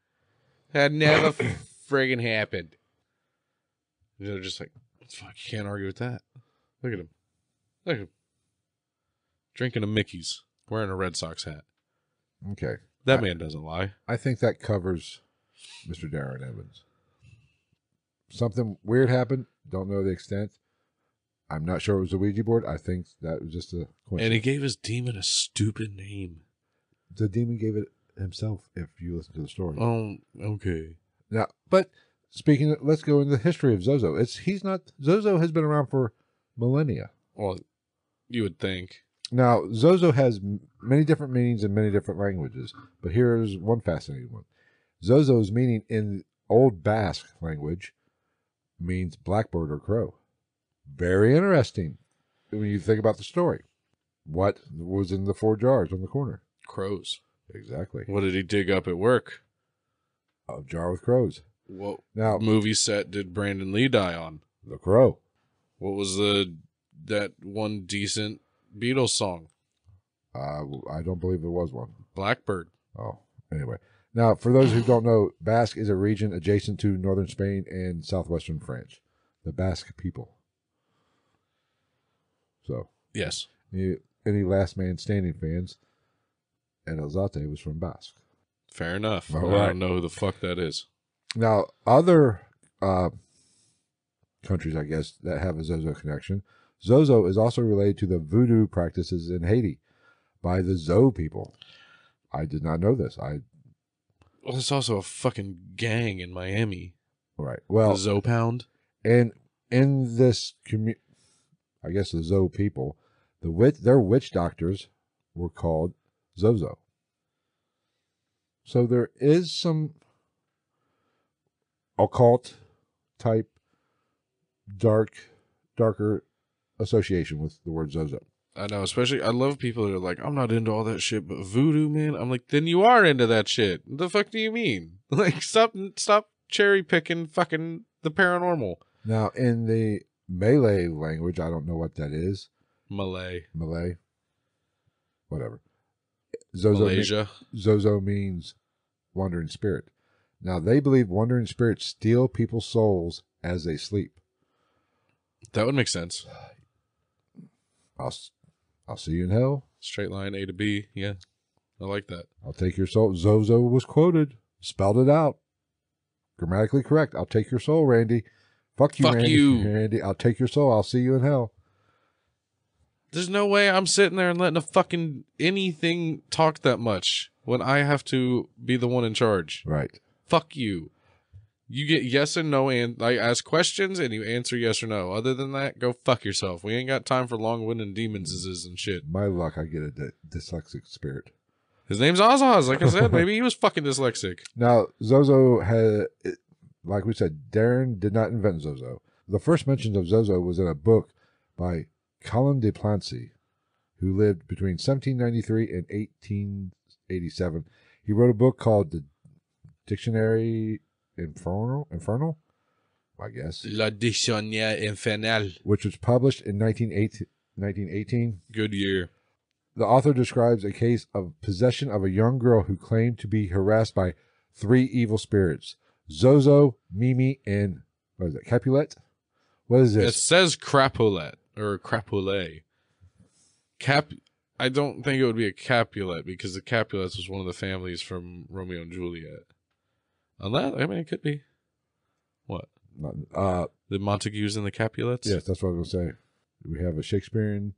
that never friggin' happened." And they're just like, "Fuck, you can't argue with that." Look at him, look at him, drinking a Mickey's, wearing a Red Sox hat. Okay. That man doesn't lie. I think that covers Mr. Darren Evans. Something weird happened. Don't know the extent. I'm not sure it was a Ouija board. I think that was just a And coincidence. he gave his demon a stupid name. the demon gave it himself. If you listen to the story, Oh, okay. now, but speaking, of- let's go into the history of Zozo. It's he's not Zozo has been around for millennia. Well, you would think. Now, Zozo has m- many different meanings in many different languages, but here's one fascinating one. Zozo's meaning in Old Basque language means blackbird or crow. Very interesting when you think about the story. What was in the four jars on the corner? Crows. Exactly. What did he dig up at work? A jar with crows. What Now, movie set did Brandon Lee die on? the crow. What was the that one decent Beatles song? Uh, I don't believe there was one. Blackbird. Oh, anyway. Now, for those who don't know, Basque is a region adjacent to northern Spain and southwestern France. The Basque people. So, Yes. any, any Last Man Standing fans, and Elzate was from Basque. Fair enough. All I right. don't know who the fuck that is. Now, other uh, countries, I guess, that have a Zozo connection, Zozo is also related to the voodoo practices in Haiti by the Zo people. I did not know this. I Well, there's also a fucking gang in Miami. all right. Well, the Zopound. and in this commu I guess the Zo people, the witch, their witch doctors were called Zozo. So there is some occult type, dark, darker association with the word Zozo. I know, especially I love people that are like, I'm not into all that shit, but voodoo, man. I'm like, then you are into that shit. The fuck do you mean? Like, stop, stop cherry picking fucking the paranormal. Now, in the Malay language, I don't know what that is. Malay, Malay, whatever. Zozo means- Malaysia. Zozo means wandering spirit. Now they believe wandering spirits steal people's souls as they sleep. That would make sense. I'll, s- I'll see you in hell. Straight line A to B. Yeah, I like that. I'll take your soul. Zozo was quoted, spelled it out, grammatically correct. I'll take your soul, Randy. Fuck you, Fuck Randy. you. Randy. I'll take your soul. I'll see you in hell. There's no way I'm sitting there and letting a fucking anything talk that much when I have to be the one in charge. Right. Fuck you. You get yes and no, and I ask questions and you answer yes or no. Other than that, go fuck yourself. We ain't got time for long winded demonses and shit. My luck, I get a dy- dyslexic spirit. His name's Ozaz. Like I said, maybe he was fucking dyslexic. Now, Zozo had, it- like we said, Darren did not invent Zozo. The first mentions of Zozo was in a book by Colin de Plancy, who lived between 1793 and 1887. He wrote a book called The Dictionary Infernal, Infernal, I guess, La Dictionnaire Infernal. which was published in 1918 1918. Good year. The author describes a case of possession of a young girl who claimed to be harassed by three evil spirits Zozo, Mimi, and what is it, Capulet? What is It this? says crapolet or crapolet. Cap. I don't think it would be a Capulet because the Capulets was one of the families from Romeo and Juliet. Unless I mean it could be. What Uh, the Montagues and the Capulets? yes, that's what I was going to say. We have a Shakespearean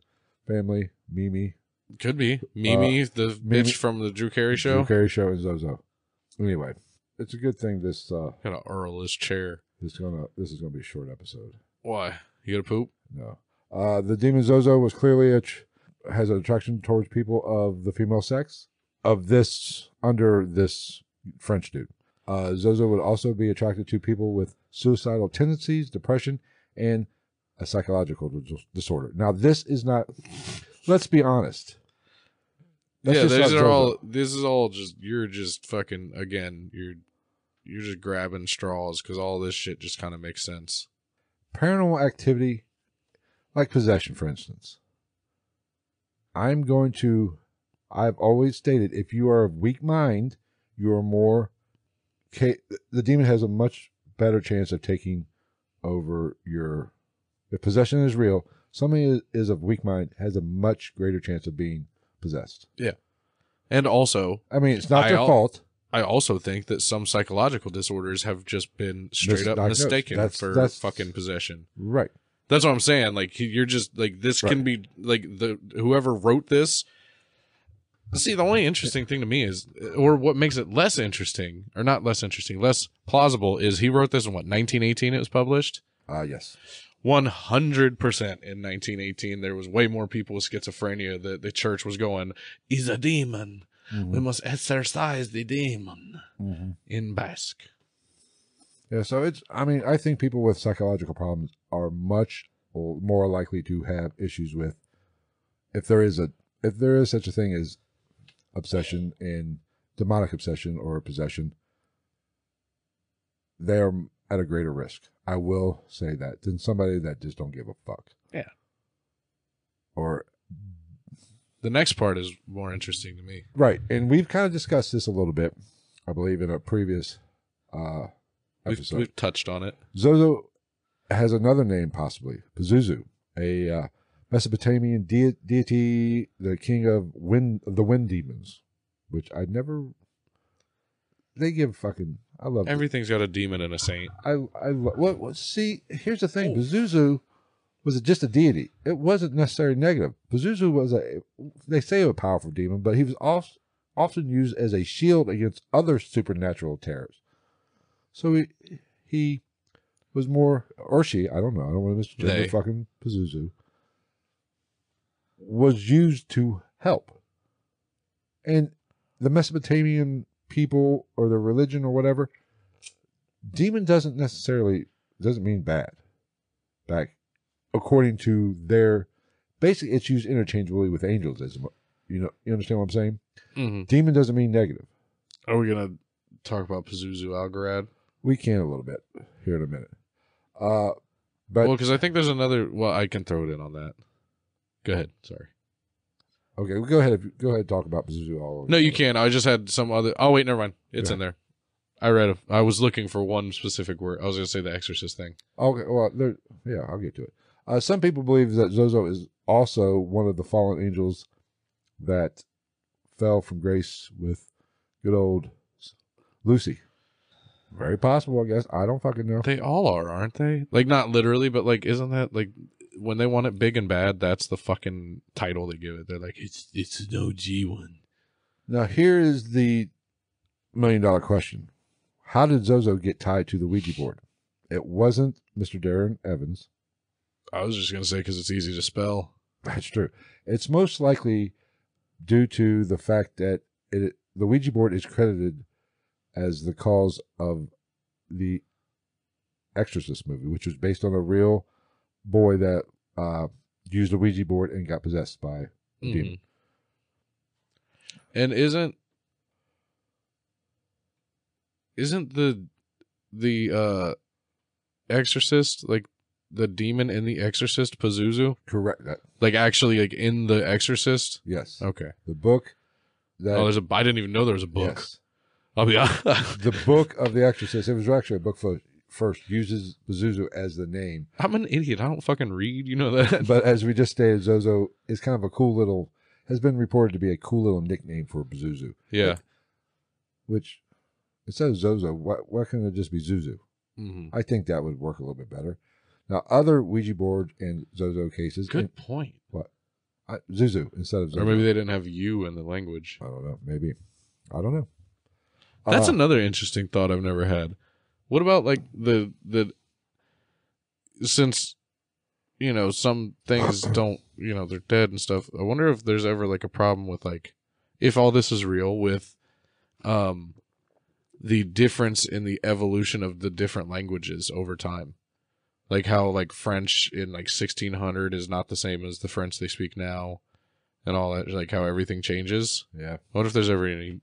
family, Mimi, could be Mimi, the Uh, Mimi- bitch from the Drew Carey Drew show. Carey show, and Zozo. Anyway, it's a good thing this uh, Got to Earl his chair. this gonna this is gonna be a short episode. Why you got to poop? No. Uh, the demon Zozo was clearly a tr- has an attraction towards people of the female sex of this under this French dude. Uh, Zozo would also be attracted to people with suicidal tendencies, depression, and a psychological dis- disorder. Now, this is not. Let's be honest. That's yeah, just these not are Zozo. all. This is all just. You're just fucking again. You're you're just grabbing straws because all this shit just kind of makes sense. paranormal activity, like possession, for instance, I'm going to, I've always stated, if you are of weak mind, you are more, ca- the demon has a much better chance of taking over your, if possession is real, somebody is- is of weak mind has a much greater chance of being possessed. And also, I mean, it's not I their al- fault. I also think that some psychological disorders have just been straight up Misdiagnosed. mistaken That's- for that's- fucking possession. Right. That's what I'm saying. Like you're just like this can Right. be like the whoever wrote this. See, the only interesting thing to me is, or what makes it less interesting, or not less interesting, less plausible, is he wrote this in what 1918. It was published. Ah, yes. 100% in 1918 there was way more people with schizophrenia that the church was going is a demon Mm-hmm. we must exorcise the demon in basque Yeah, so it's. I mean, I think people with psychological problems are much l- more likely to have issues with if there is a if there is such a thing as obsession and demonic obsession or possession. They're at a greater risk. I will say that than somebody that just don't give a fuck. Yeah. Or the next part is more interesting to me right, and we've kind of discussed this a little bit, I believe, in a previous uh, we've, episode. we've touched on it Zozo has another name, possibly Pazuzu, a uh, Mesopotamian de- deity, the king of wind, of the wind demons, which I never. They give fucking. I love everything. everything's got a demon and a saint I I lo- what, what see. Here's the thing. Pazuzu was just a deity. It wasn't necessarily negative. Pazuzu was a. They say a powerful demon, but he was also often used as a shield against other supernatural terrors. So he he was more or she. I don't know. I don't want to They. misgender fucking Pazuzu. Was used to help, and the Mesopotamian people or their religion or whatever demon doesn't necessarily doesn't mean bad back according to their basically it's used interchangeably with angels as mu- you know you understand what i'm saying Mhm. demon doesn't mean negative are we gonna talk about pazuzu algarad we can a little bit here in a minute uh but well because i think there's another well i can throw it in on that go ahead sorry okay well, go ahead if you- go ahead and talk about Pazuzu all No, you can't. I just had some other. Oh wait, never mind. It's in there. I read. A, I was looking for one specific word. I was going to say the Exorcist thing. okay well there yeah i'll get to it uh some people believe that zozo is also one of the fallen angels that fell from grace with good old Lucy. Very possible, I guess. I don't fucking know. They all are, aren't they? Like not literally, but like isn't that like when they want it big and bad, that's the fucking title they give it. They're like it's it's an OG one. Now, here is the million dollar question How did Zozo get tied to the Ouija board? It wasn't Mr. Darren Evans. I was just gonna say because it's easy to spell. That's true. It's most likely due to the fact that it, the Ouija board is credited as the cause of the Exorcist movie, which was based on a real boy that uh, used a Ouija board and got possessed by a demon. Mhm. And isn't isn't the the uh exorcist like the demon in the exorcist Pazuzu? Correct that. Like actually like in the exorcist? Yes. Okay. The book that oh, there's a I didn't even know there was a book. Yes. I'll be honest. the book of the Exorcist. It was actually a book for, first uses Pazuzu as the name, I'm an idiot. I don't fucking read. You know that. but as we just stated, Zozo is kind of a cool little has been reported to be a cool little nickname for Pazuzu. yeah. Which it says Zozo. Why, why can't it just be Zuzu? hmm I think that would work a little bit better. Now, other Ouija board and Zozo cases, Good point. I, Zuzu instead of Zozo. Or maybe they didn't have you in the language. I don't know. Maybe I don't know. That's Uh, another interesting thought I've never had. What about like the the since you know some things don't you know they're dead and stuff. I wonder if there's ever like a problem with like if all this is real with um the difference in the evolution of the different languages over time. Like how like French in like 1600 is not the same as the French they speak now and all that like how everything changes. yeah, I wonder if there's ever any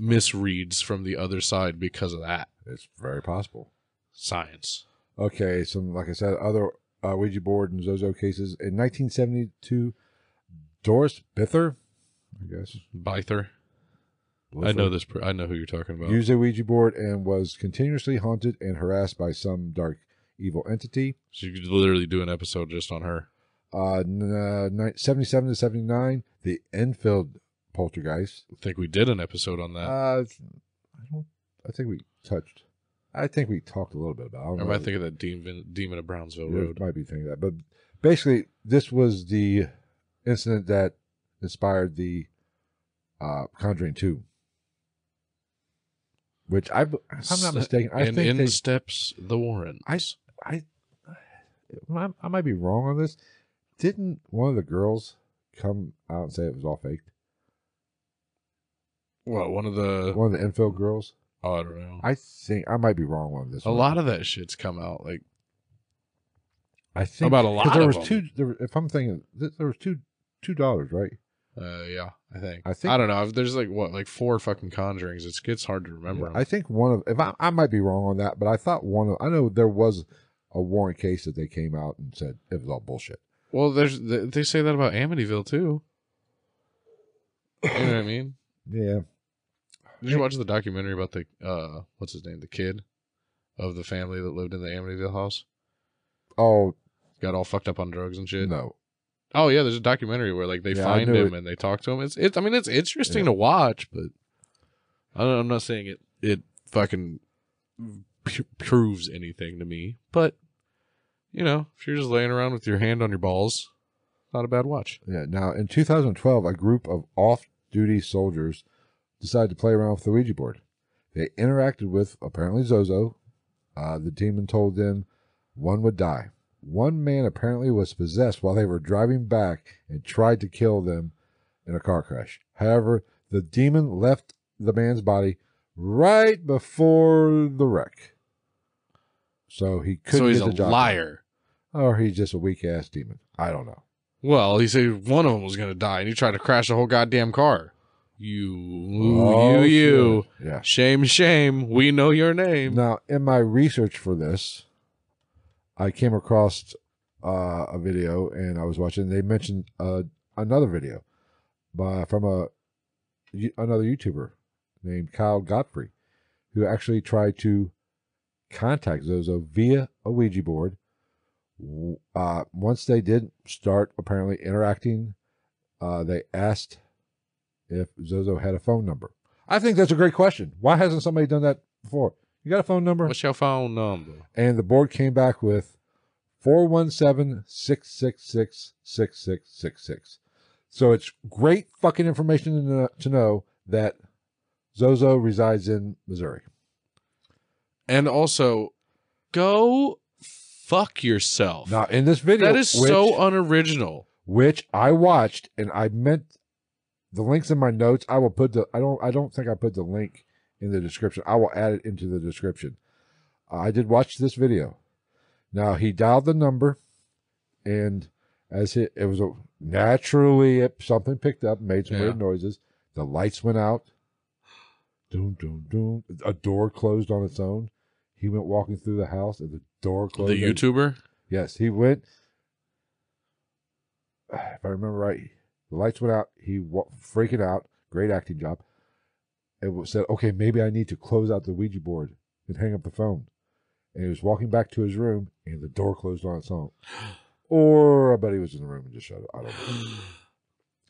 misreads from the other side because of that it's very possible. science. Okay, some like I said, other uh, Ouija board and Zozo cases in 1972. Doris Bither, I guess. Byther. I know this. Per- I know who you're talking about. Used a Ouija board and was continuously haunted and harassed by some dark evil entity. so you could literally do an episode just on her. Uh, n- uh, ni- 77 to 79, the Enfield poltergeist. I think we did an episode on that. Uh, I don't. I think we touched. I think we talked a little bit about. It. I don't or am know. I thinking of that demon, demon of Brownsville You Road? might be thinking that, but basically, this was the incident that inspired the uh, Conjuring Two, which I, b- if I'm not mistaken, I and think in they, steps the Warrens. I, I, I, I might be wrong on this. Didn't one of the girls come out and say it was all fake? What one of the? One of the infield girls. Oh, I don't know. I think I might be wrong on this. A lot of that shit's come out. Like I think about a 'cause lot There of was them. two. There, were- if I'm thinking, th- there was two two dollars, right? Uh, yeah, I think. I I think- think. I don't know. If There's like what, like four fucking conjurings. It's gets hard to remember. Yeah, 'em. I think one of if I, I might be wrong on that, but I thought one of I know there was a warrant case that they came out and said it was all bullshit. well, there's they they say that about Amityville too. You know what I mean? Yeah, Did you watch the documentary about the uh, what's his name, the kid of the family that lived in the Amityville house? oh Got all fucked up on drugs and shit. no, Oh yeah, there's a documentary where like they Yeah, I find knew him it. and they talk to him. It's it's I mean it's interesting Yeah. to watch, but I don't, I'm not saying it it fucking p- proves anything to me. But you know, if you're just laying around with your hand on your balls, not a bad watch. yeah. Now in 2012, a group of off-duty soldiers decided to play around with the Ouija board. They interacted with apparently Zozo. Uh, the demon told them one would die. One man apparently was possessed while they were driving back and tried to kill them in a car crash. However, the demon left the man's body right before the wreck. So he couldn't so he's get a the job. done. liar. Or he's just a weak ass demon. I don't know. Well, he said one of them was gonna die, and he tried to crash the whole goddamn car. You, Oh, you, you. shit. Yeah. Shame, shame. We know your name. Now, in my research for this, I came across uh, a video and I was watching. They mentioned uh, another video by from a another YouTuber named Kyle Godfrey, who actually tried to contact Zozo via a Ouija board. W- Uh, once they did start apparently interacting, uh, they asked if Zozo had a phone number? I think that's a great question. Why hasn't somebody done that before? You got a phone number? What's your phone number? And the board came back with 417 666 6666. So it's great fucking information to know, to know that Zozo resides in Missouri. And also, go fuck yourself. Now, in this video, that is which- so unoriginal. which I watched and I meant the links in my notes. I will put the I don't I don't think I put the link in the description. I will add it into the description. I did watch this video. Now he dialed the number and as it, it was a, naturally it, something picked up, made some Yeah. weird noises. The lights went out. Doom doom doom. A door closed on its own. He went walking through the house and the door closed. The on its YouTuber? Yes, he went. If I remember right, the lights went out. He wa- freaking out. Great acting job. And wa- said, "Okay, maybe I need to close out the Ouija board and hang up the phone." And he was walking back to his room, and the door closed on its own. Or I bet he was in the room and just shut it. I don't know.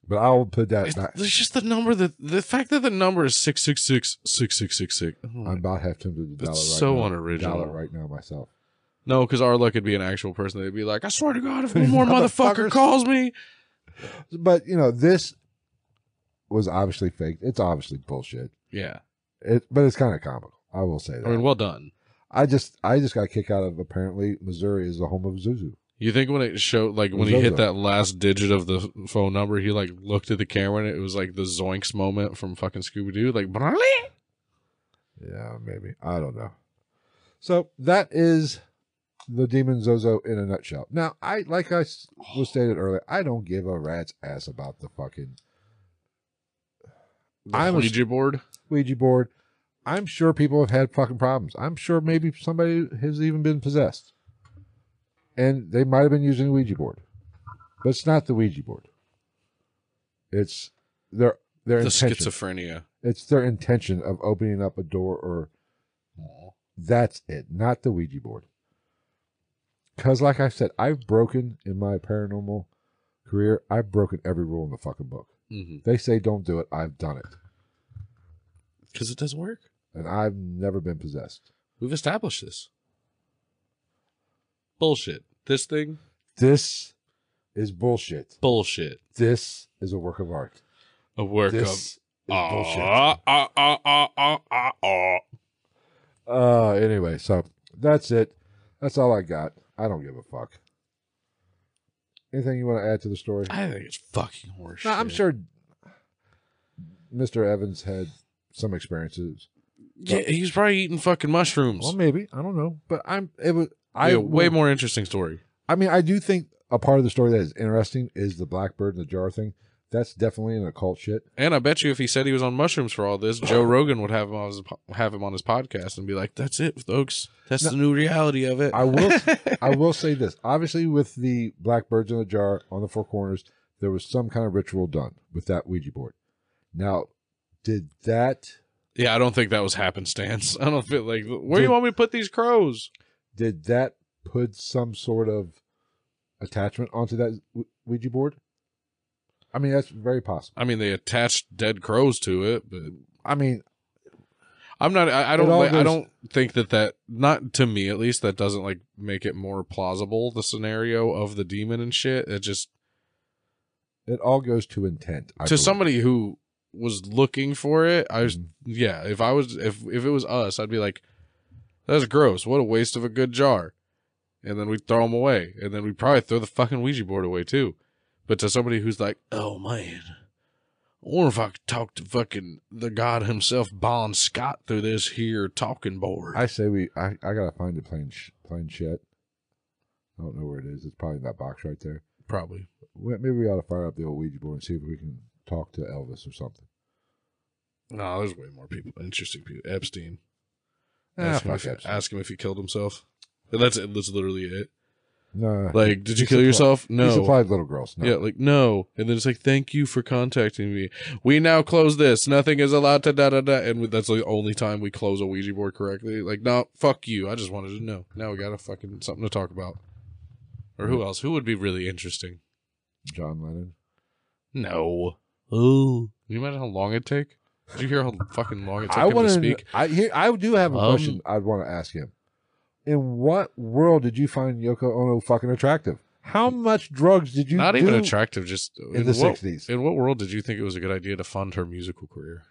But I'll put that It's, back. it's just the number that the fact that the number is 666 6666. Oh, I'm about half tempted to dial it right That's so now. unoriginal. Dial it right now myself. No, because our luck could be an actual person. They'd be like, I swear to God, if one more Motherfuckers. motherfucker calls me. But you know, this was obviously faked. It's obviously bullshit. Yeah. It, but it's kind of comical. I will say that. I mean, well done. I just, I just got a kick out of apparently Missouri is the home of Zuzu. You think when it showed, like when he hit that last digit of the phone number, he like looked at the camera and it was like the Zoinks moment from fucking Scooby Doo, like Yeah, maybe. I don't know. So that is the Demon Zozo in a nutshell. Now, I like I s- was stated earlier, I don't give a rat's ass about the fucking i I'm a- Ouija board. Ouija board. I'm sure people have had fucking problems. I'm sure maybe somebody has even been possessed, and they might have been using a Ouija board, but it's not the Ouija board. It's their their The intention. schizophrenia. It's their intention of opening up a door or that's it, not the Ouija board. Because, like I said, I've broken in my paranormal career, I've broken every rule in the fucking book. Because They say don't do it, I've done it. it doesn't work. And I've never been possessed. We've established this. Bullshit. This thing, This is bullshit. bullshit. This is a work of art. A work this of is bullshit. Ah, ah, ah, ah, ah, ah, ah. Uh, anyway, so that's it. That's all I got. I don't give a fuck. Anything you want to add to the story? I think it's fucking horseshit. No, I'm sure Mr. Evans had some experiences. Yeah, he's probably eating fucking mushrooms. Well, maybe I don't know, but I'm it was I Yeah, way will- more interesting story. I mean, I do think a part of the story that is interesting is the blackbird and the jar thing. That's definitely an occult shit. And I bet you, if he said he was on mushrooms for all this, Joe Rogan would have him on his have him on his podcast and be like, "That's it, folks. That's the new reality of it." I will I will say this. Obviously, with the blackbirds in the jar on the four corners, there was some kind of ritual done with that Ouija board. Now, did that yeah, I don't think that was happenstance. I don't feel like where do Dude. you want me to put these crows? did that put some sort of attachment onto that Ou- Ouija board? I mean, that's very possible. I mean, they attached dead crows to it, but I mean, I'm not. I, I It don't. all like- I goes- don't think that that. Not to me, at least. That doesn't like make it more plausible. The scenario of the demon and shit. It just it all goes to intent. I to believe. somebody who was looking for it. I was. Mm-hmm. Yeah. If I was. If if it was us, I'd be like, "That's gross. What a waste of a good jar." And then we'd throw them away, and then we'd probably throw the fucking Ouija board away too. But to somebody who's like, "Oh man." I wonder if I could talk to fucking the god himself, Bon Scott, through this here talking board. I say we. I, I gotta find the plain sh- plain shit. I don't know where it is. It's probably in that box right there. Probably. Wait, Maybe we ought to fire up the old Ouija board and see if we can talk to Elvis or something. No, there's way more people. Interesting people. Epstein. Ah, ask, him fuck if, Epstein. ask him if he killed himself. And that's it. That's literally it. No, Like, did you He kill suppli- yourself? No. He supplied little girls. No. Yeah, like no, and then it's like, thank you for contacting me. We now close this. Nothing is allowed to da da da, and we- that's the only time we close a Ouija board correctly. Like, no, fuck you. I just wanted to know. Now we got a fucking something to talk about. Or Mm. who else? Who would be really interesting? John Lennon. No. Oh, Can you imagine how long it'd take? Did you hear how fucking long it took I him want to speak? I here, I do have a Um, question I'd want to ask him. In what world did you find Yoko Ono fucking attractive? How much drugs did you Not even do? attractive, just in the what- 60s. In what world did you think it was a good idea to fund her musical career?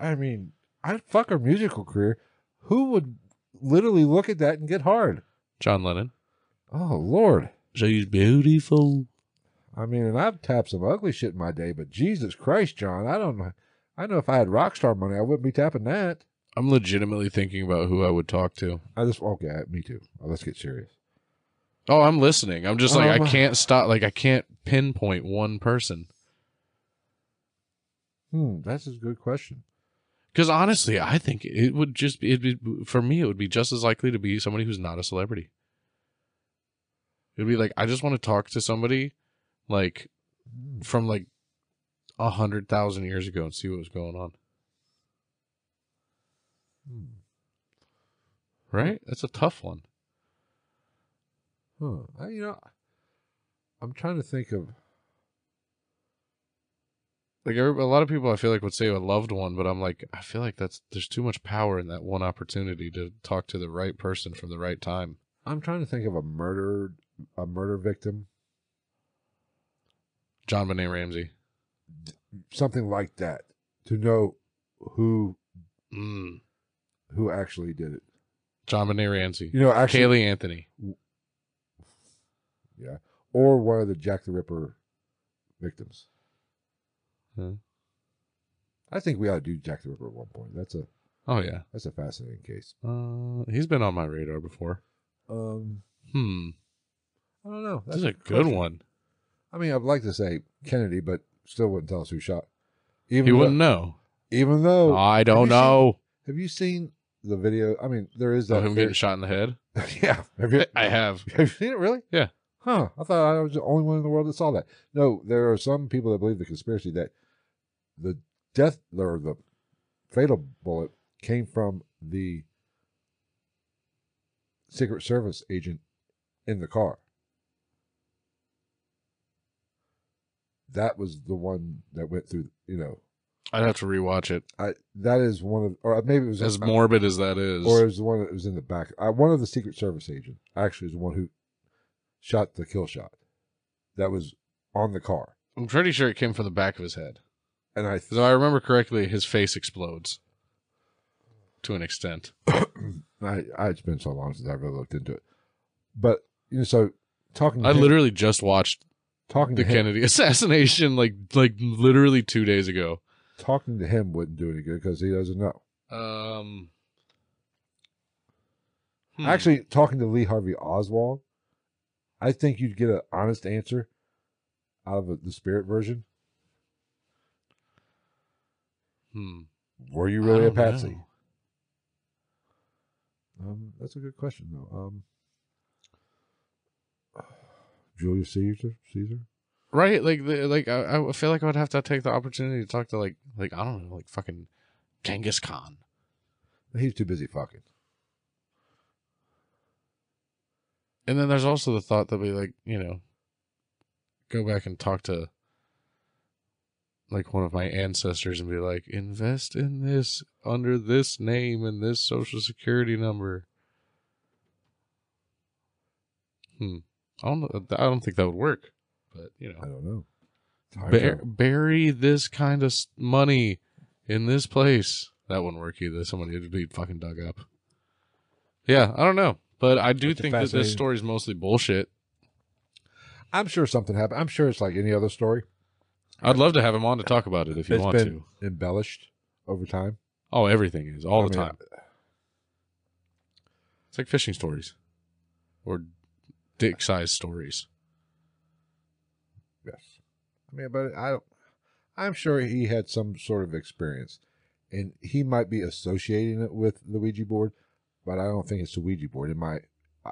I mean, I fuck her musical career. Who would literally look at that and get hard? John Lennon. Oh Lord. She's beautiful. I mean, and I've tapped some ugly shit in my day, but Jesus Christ, John, I don't know. I know if I had rock star money, I wouldn't be tapping that. I'm legitimately thinking about who I would talk to. I just okay, me too. Let's get serious. Oh, I'm listening. I'm just like Um, I can't stop. Like I can't pinpoint one person Hmm, that's a good question. because honestly, I think it would just be- it'd be for me. It would be just as likely to be somebody who's not a celebrity. It'd be like I just want to talk to somebody, like from like a hundred thousand years ago and see what was going on. Right? That's a tough one. Huh. I, Uh, you know, I'm trying to think of. like every- a lot of people i feel like would say a loved one but i'm like i feel like that's there's too much power in that one opportunity to talk to the right person from the right time I'm trying to think of a murdered, a murder victim, john benet ramsey something like that, to know who mm. who actually did it. john benet ramsey You know, actually, kaylee anthony yeah, or one of the Jack the Ripper victims. Hmm. I think we ought to do Jack the Ripper at one point. That's a oh yeah that's a fascinating case. uh, he's been on my radar before Um, hmm I don't know. this is a good good question. one I mean, I'd like to say Kennedy, but still wouldn't tell us who shot. Even he though, wouldn't Oh, know Even though i Oh, Have you don't seen- know Have you seen the video? I mean, there is of that. him getting shot in the head yeah. Have you, Oh, i have Have you seen it really? Yeah. Huh. I thought I was the only one in the world that saw that. No, there are some people that believe the conspiracy that the death or the fatal bullet came from the Secret Service agent in the car. That was the one that went through. You know, i'd have to rewatch it I that is one of, or maybe it was as I- morbid as that is or it was the one that was in the back. Uh, one of the Secret Service agent actually is the one who shot the kill shot that was on the car. i'm pretty sure it came from the back of his head And I, th- If I remember correctly, his face explodes to an extent. I, I it's been so long since I really looked into it, but you know, so talking, to I him- literally just watched talking the to him, Kennedy assassination like like literally two days ago. talking to him wouldn't do any good because he doesn't know. Um, hmm. Actually, talking to Lee Harvey Oswald, I think you'd get an honest answer out of the spirit version. Hmm. Were you I really a don't patsy? know. Um, that's a good question, though. Um, Julius Caesar, Caesar. right? Like the, like I, I feel like I would have to take the opportunity to talk to like like I don't know like fucking Genghis Khan. He's too busy fucking. And then there's also the thought that we like, you know, go back and talk to like one of my ancestors and be like, invest in this under this name and this social security number. Hmm. I don't know. I don't think that would work, but you I know, don't know. Time Bur- travel. bury this kind of s- money in this place. That wouldn't work either. Somebody would be fucking dug up. Yeah, I don't know, but I do That's a think that this fascinating- story is mostly bullshit. I'm sure something happened. I'm sure it's like any other story. I'd love to have him on to talk about it if you It's want been to. embellished over time. Oh, everything is all the I mean, time. It's like fishing stories or dick size stories. Yes. I mean, but I don't. I'm sure he had some sort of experience, and he might be associating it with the Ouija board, but I don't think it's the Ouija board. It might.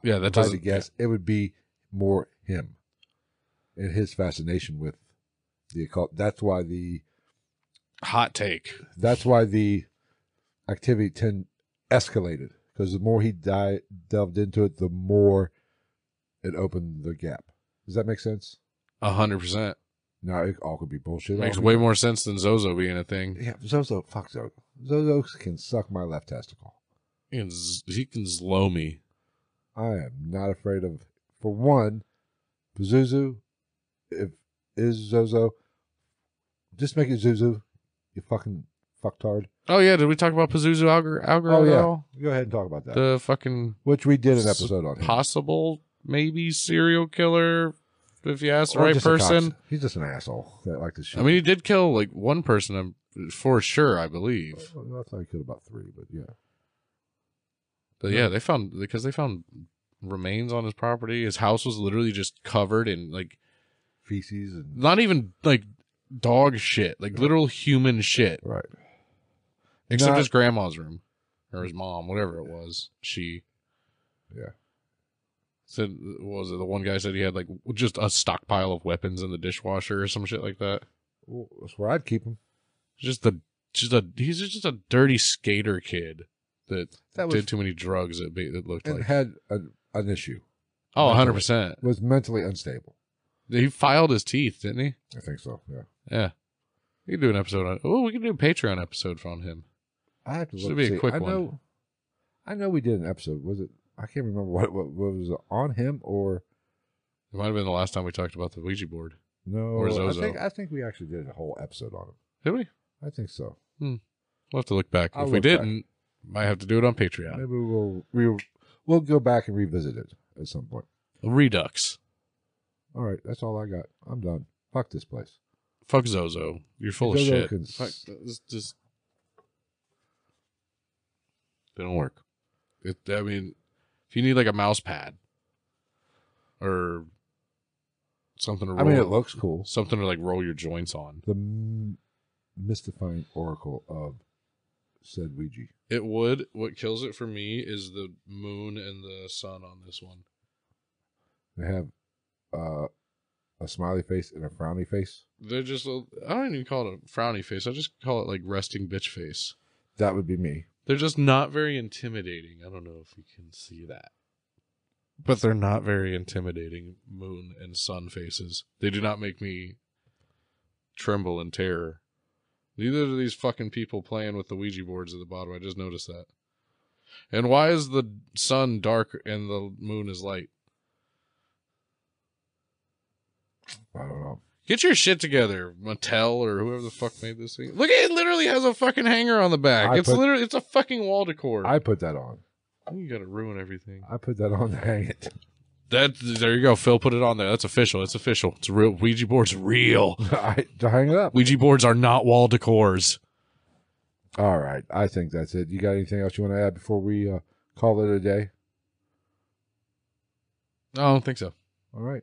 Yeah, that if I had to doesn't- guess. It would be more him and his fascination with the occult. That's why the Hot take. that's why the activity ten escalated because the more he di- delved into it, the more it opened the gap. Does that make sense? A hundred percent. No, it all could be bullshit. Makes All way could- more sense than Zozo being a thing. Yeah, Zozo, fuck Zozo. Zozo can suck my left testicle. He can, z- he can slow me. I am not afraid of. For one, Pazuzu, if is Zozo, just make it Zuzu. You fucking fucktard. Oh yeah, did we talk about Pazuzu Algar Algar Oh at yeah, all? go ahead and talk about that. The fucking Which we did an episode on. him. possible maybe serial killer if you ask the Or right just a cock- person. He's just an asshole that like to shit. I mean, he did kill like one person um, for sure, I believe. Well, I thought he killed about three, but yeah. But yeah, they found because they found remains on his property. His house was literally just covered in like feces and not even like dog shit, like literal human shit, right. except Not- his grandma's room or his mom, whatever it was. She Yeah. said, what was it the one guy said he had like just a stockpile of weapons in the dishwasher or some shit like that? Well, that's where I'd keep him. Just the just a he's just a dirty skater kid that, That was- did too many drugs. It, be, it looked And like had an, an issue. oh, 100 percent. Was mentally unstable. He filed his teeth, didn't he? I think so. Yeah. Yeah. We can do an episode on. Oh, we can do a Patreon episode on him. I have to Should look. be a see. quick I one. know, I know we did an episode. Was it? I can't remember what what, what was it, on him or It might have been the last time we talked about the Ouija board. no. Or Zozo. I think I think we actually did a whole episode on him. Did we? I think so. We'll have to look back. I'll if we look back. didn't, might have to do it on Patreon. Maybe we'll we'll we'll go back and revisit it at some point. Redux. All right, that's all I got. I'm done. Fuck this place. Fuck Zozo. You're full Zozo of shit. can s- Fuck. It's just. They don't work. It, I mean, if you need like a mouse pad or something to roll, I mean, it looks cool. something to like roll your joints on. The m- mystifying oracle of said Ouija. It would. What kills it for me is the moon and the sun on this one. They have uh, a smiley face and a frowny face. They're just. a- I don't even call it a frowny face. I just call it like resting bitch face. That would be me. They're just not very intimidating. I don't know if you can see that. But they're not very intimidating moon and sun faces. They do not make me tremble in terror. Neither do these fucking people playing with the Ouija boards at the bottom. I just noticed that. And why is the sun dark and the moon is light? I don't know. Get your shit together, Mattel or whoever the fuck made this thing. Look, it literally has a fucking hanger on the back. I it's put- literally it's a fucking wall decor. I put that on. you gotta ruin everything. I put that on to hang it. That there you go. Phil put it on there. That's official. It's official. It's real. Ouija boards real. I, to hang it up. Ouija boards are not wall decors. All right. I think that's it. You got anything else you want to add before we uh, call it a day? No, I don't think so. All right.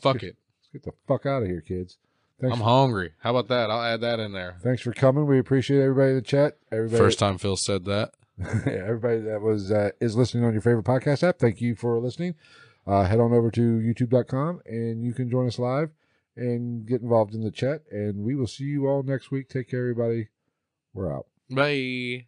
Fuck it. Let's get the fuck out of here, kids. Thanks. I'm hungry. How about that? I'll add that in there. Thanks for coming. We appreciate everybody in the chat. Everybody, First time Phil said that. everybody that was uh, is listening on your favorite podcast app. Thank you for listening. Uh, head on over to YouTube.com and you can join us live and get involved in the chat. And we will see you all next week. Take care, everybody. We're out. Bye.